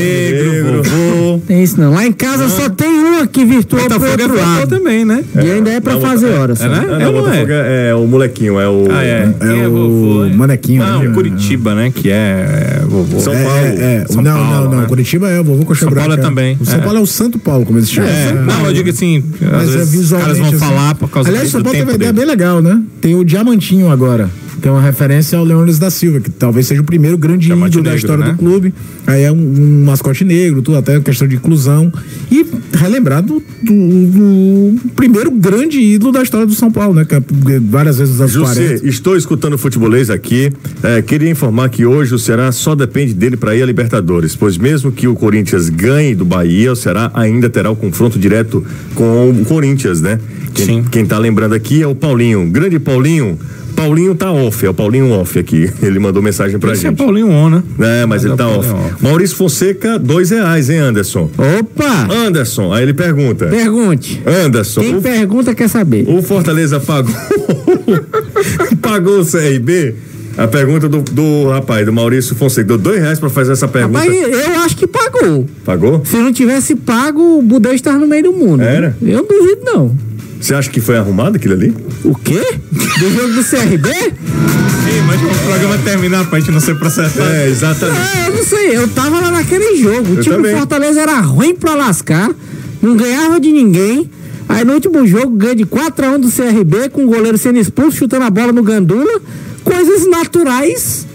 D: alvinegro, vovô.
C: Tem isso não. Lá em casa só tem um aqui virtual pro
D: Ah. Botafogo é
C: outro
D: vovô
C: lado.
D: também, né?
C: E ainda é pra
B: Não,
C: fazer hora, só.
D: é, né?
B: Ah,
D: É,
B: não,
D: não
B: Botafogo é? é o molequinho, é o.
D: Ah, é.
E: É
D: Quem
E: o
D: é?
E: Manequinho,
D: Não,
E: né?
D: é Curitiba, né? Que é é vovô.
B: São
E: É,
B: Paulo.
E: é, é.
D: São
E: não,
D: Paulo,
E: não, não.
D: né?
E: Curitiba é o vovô Coxa
D: São
E: Branca.
D: Paulo é também,
E: O São
D: é.
E: Paulo é o Santo Paulo, como eles chamam.
D: É, não, eu digo assim, às
E: Mas é
D: vezes os caras
E: visualmente.
D: vão
E: assim.
D: falar por causa
E: Aliás, o
D: do
E: São Paulo
D: tempo
E: teve uma ideia
D: dele.
E: bem legal, né? Tem o Diamantinho agora. que é uma referência ao Leônidas da Silva, que talvez seja o primeiro grande
D: Diamante
E: ídolo da
D: negro,
E: história
D: né?
E: do clube. Aí é um, um mascote negro, tudo, até questão de inclusão. E relembrar do, do- do primeiro grande ídolo da história do São Paulo, né? Que é várias vezes nos anos 40.
B: José, estou escutando o futebolês aqui. É, queria informar que hoje o Ceará só depende dele para ir à Libertadores, pois mesmo que o Corinthians ganhe do Bahia, o Ceará ainda terá o confronto direto com o Corinthians, né? Quem,
D: Sim.
B: Quem tá lembrando aqui é o Paulinho, grande Paulinho. Paulinho tá off, é o Paulinho off aqui. Ele mandou mensagem pra
D: Esse é
B: gente.
D: Paulinho On, né?
B: É, mas ele
D: é
B: tá off.
D: Paulinho
B: Maurício Fonseca, dois reais, hein, Anderson?
C: Opa!
B: Anderson, aí ele pergunta.
C: Pergunte.
B: Anderson,
C: Quem
B: o
C: pergunta quer saber.
B: o Fortaleza pagou. pagou o CRB? A pergunta do, do rapaz, do Maurício Fonseca. Deu dois reais pra fazer essa pergunta.
C: Mas eu acho que pagou.
B: Pagou?
C: Se não tivesse pago, o Budão estava no meio do mundo.
B: Era?
C: Eu duvido não.
B: Você acha que foi arrumado aquilo ali?
C: O quê? Do jogo do CRB?
D: Ei, mas quando o programa terminar pra gente não ser processado.
B: É, exatamente.
C: É, eu não sei, eu tava lá naquele jogo. O
B: Eu
C: time
B: também.
C: do Fortaleza era ruim pra lascar, não ganhava de ninguém. Aí no último jogo ganha de 4x1 do CRB, com o goleiro sendo expulso, chutando a bola no Gandula. Coisas naturais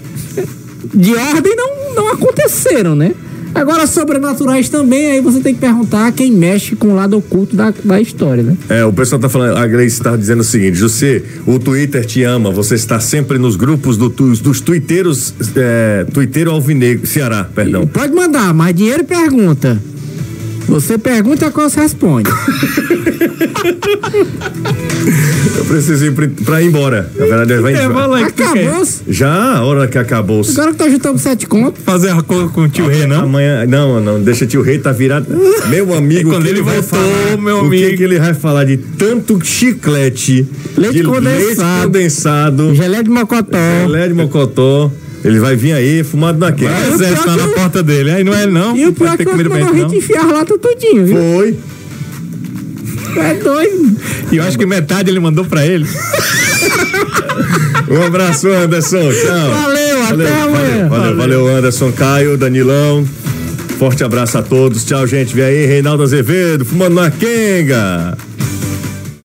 C: de ordem não, não aconteceram, né? Agora, sobrenaturais também, aí você tem que perguntar quem mexe com o lado oculto da, da história, né?
B: É, o pessoal tá falando, a Grace tá dizendo o seguinte, José, o Twitter te ama, você está sempre nos grupos do tu- dos tuiteiros, é, tuiteiro alvinegro, Ceará, perdão.
C: Pode mandar, mas dinheiro e pergunta. Você pergunta, a qual você responde.
B: Eu preciso ir pra- pra ir embora, na verdade, ele É, vai embora.
D: Intervalo É, aí que tu quer.
C: Acabou.
B: Já, a hora que acabou.
C: Agora que tá juntando sete contos.
D: Fazer a cor com o tio Rei, não?
B: Amanhã, não, não, deixa tio Rei tá virado. Meu amigo,
D: É quando
B: o que
D: ele
B: vai
D: voltou,
B: falar-
D: meu
B: O que,
D: amigo.
B: que ele vai falar de tanto chiclete,
C: Leite
B: de
C: condensado.
B: leite condensado,
C: Gelé de mocotó.
B: lé de mocotó. Ele vai vir aí fumado na queima.
D: O
C: o
D: exército
C: pior
D: lá
C: que
D: tá na
C: eu-
D: porta dele. Aí não é, não.
C: E o pior
D: Vai
C: é
D: ter
C: que eu acho
D: comida
C: que
D: pra
C: mandou a
D: gente,
C: gente enfiar lá tudinho, viu?
B: Foi.
C: É doido.
D: não. E eu acho que metade ele mandou pra ele.
B: Um abraço, Anderson. Tchau.
C: Valeu, até amanhã.
B: Valeu, valeu, valeu, Anderson, Caio, Danilão. Forte abraço a todos. Tchau, gente. Vem aí, Reinaldo Azevedo, fumando na quenga.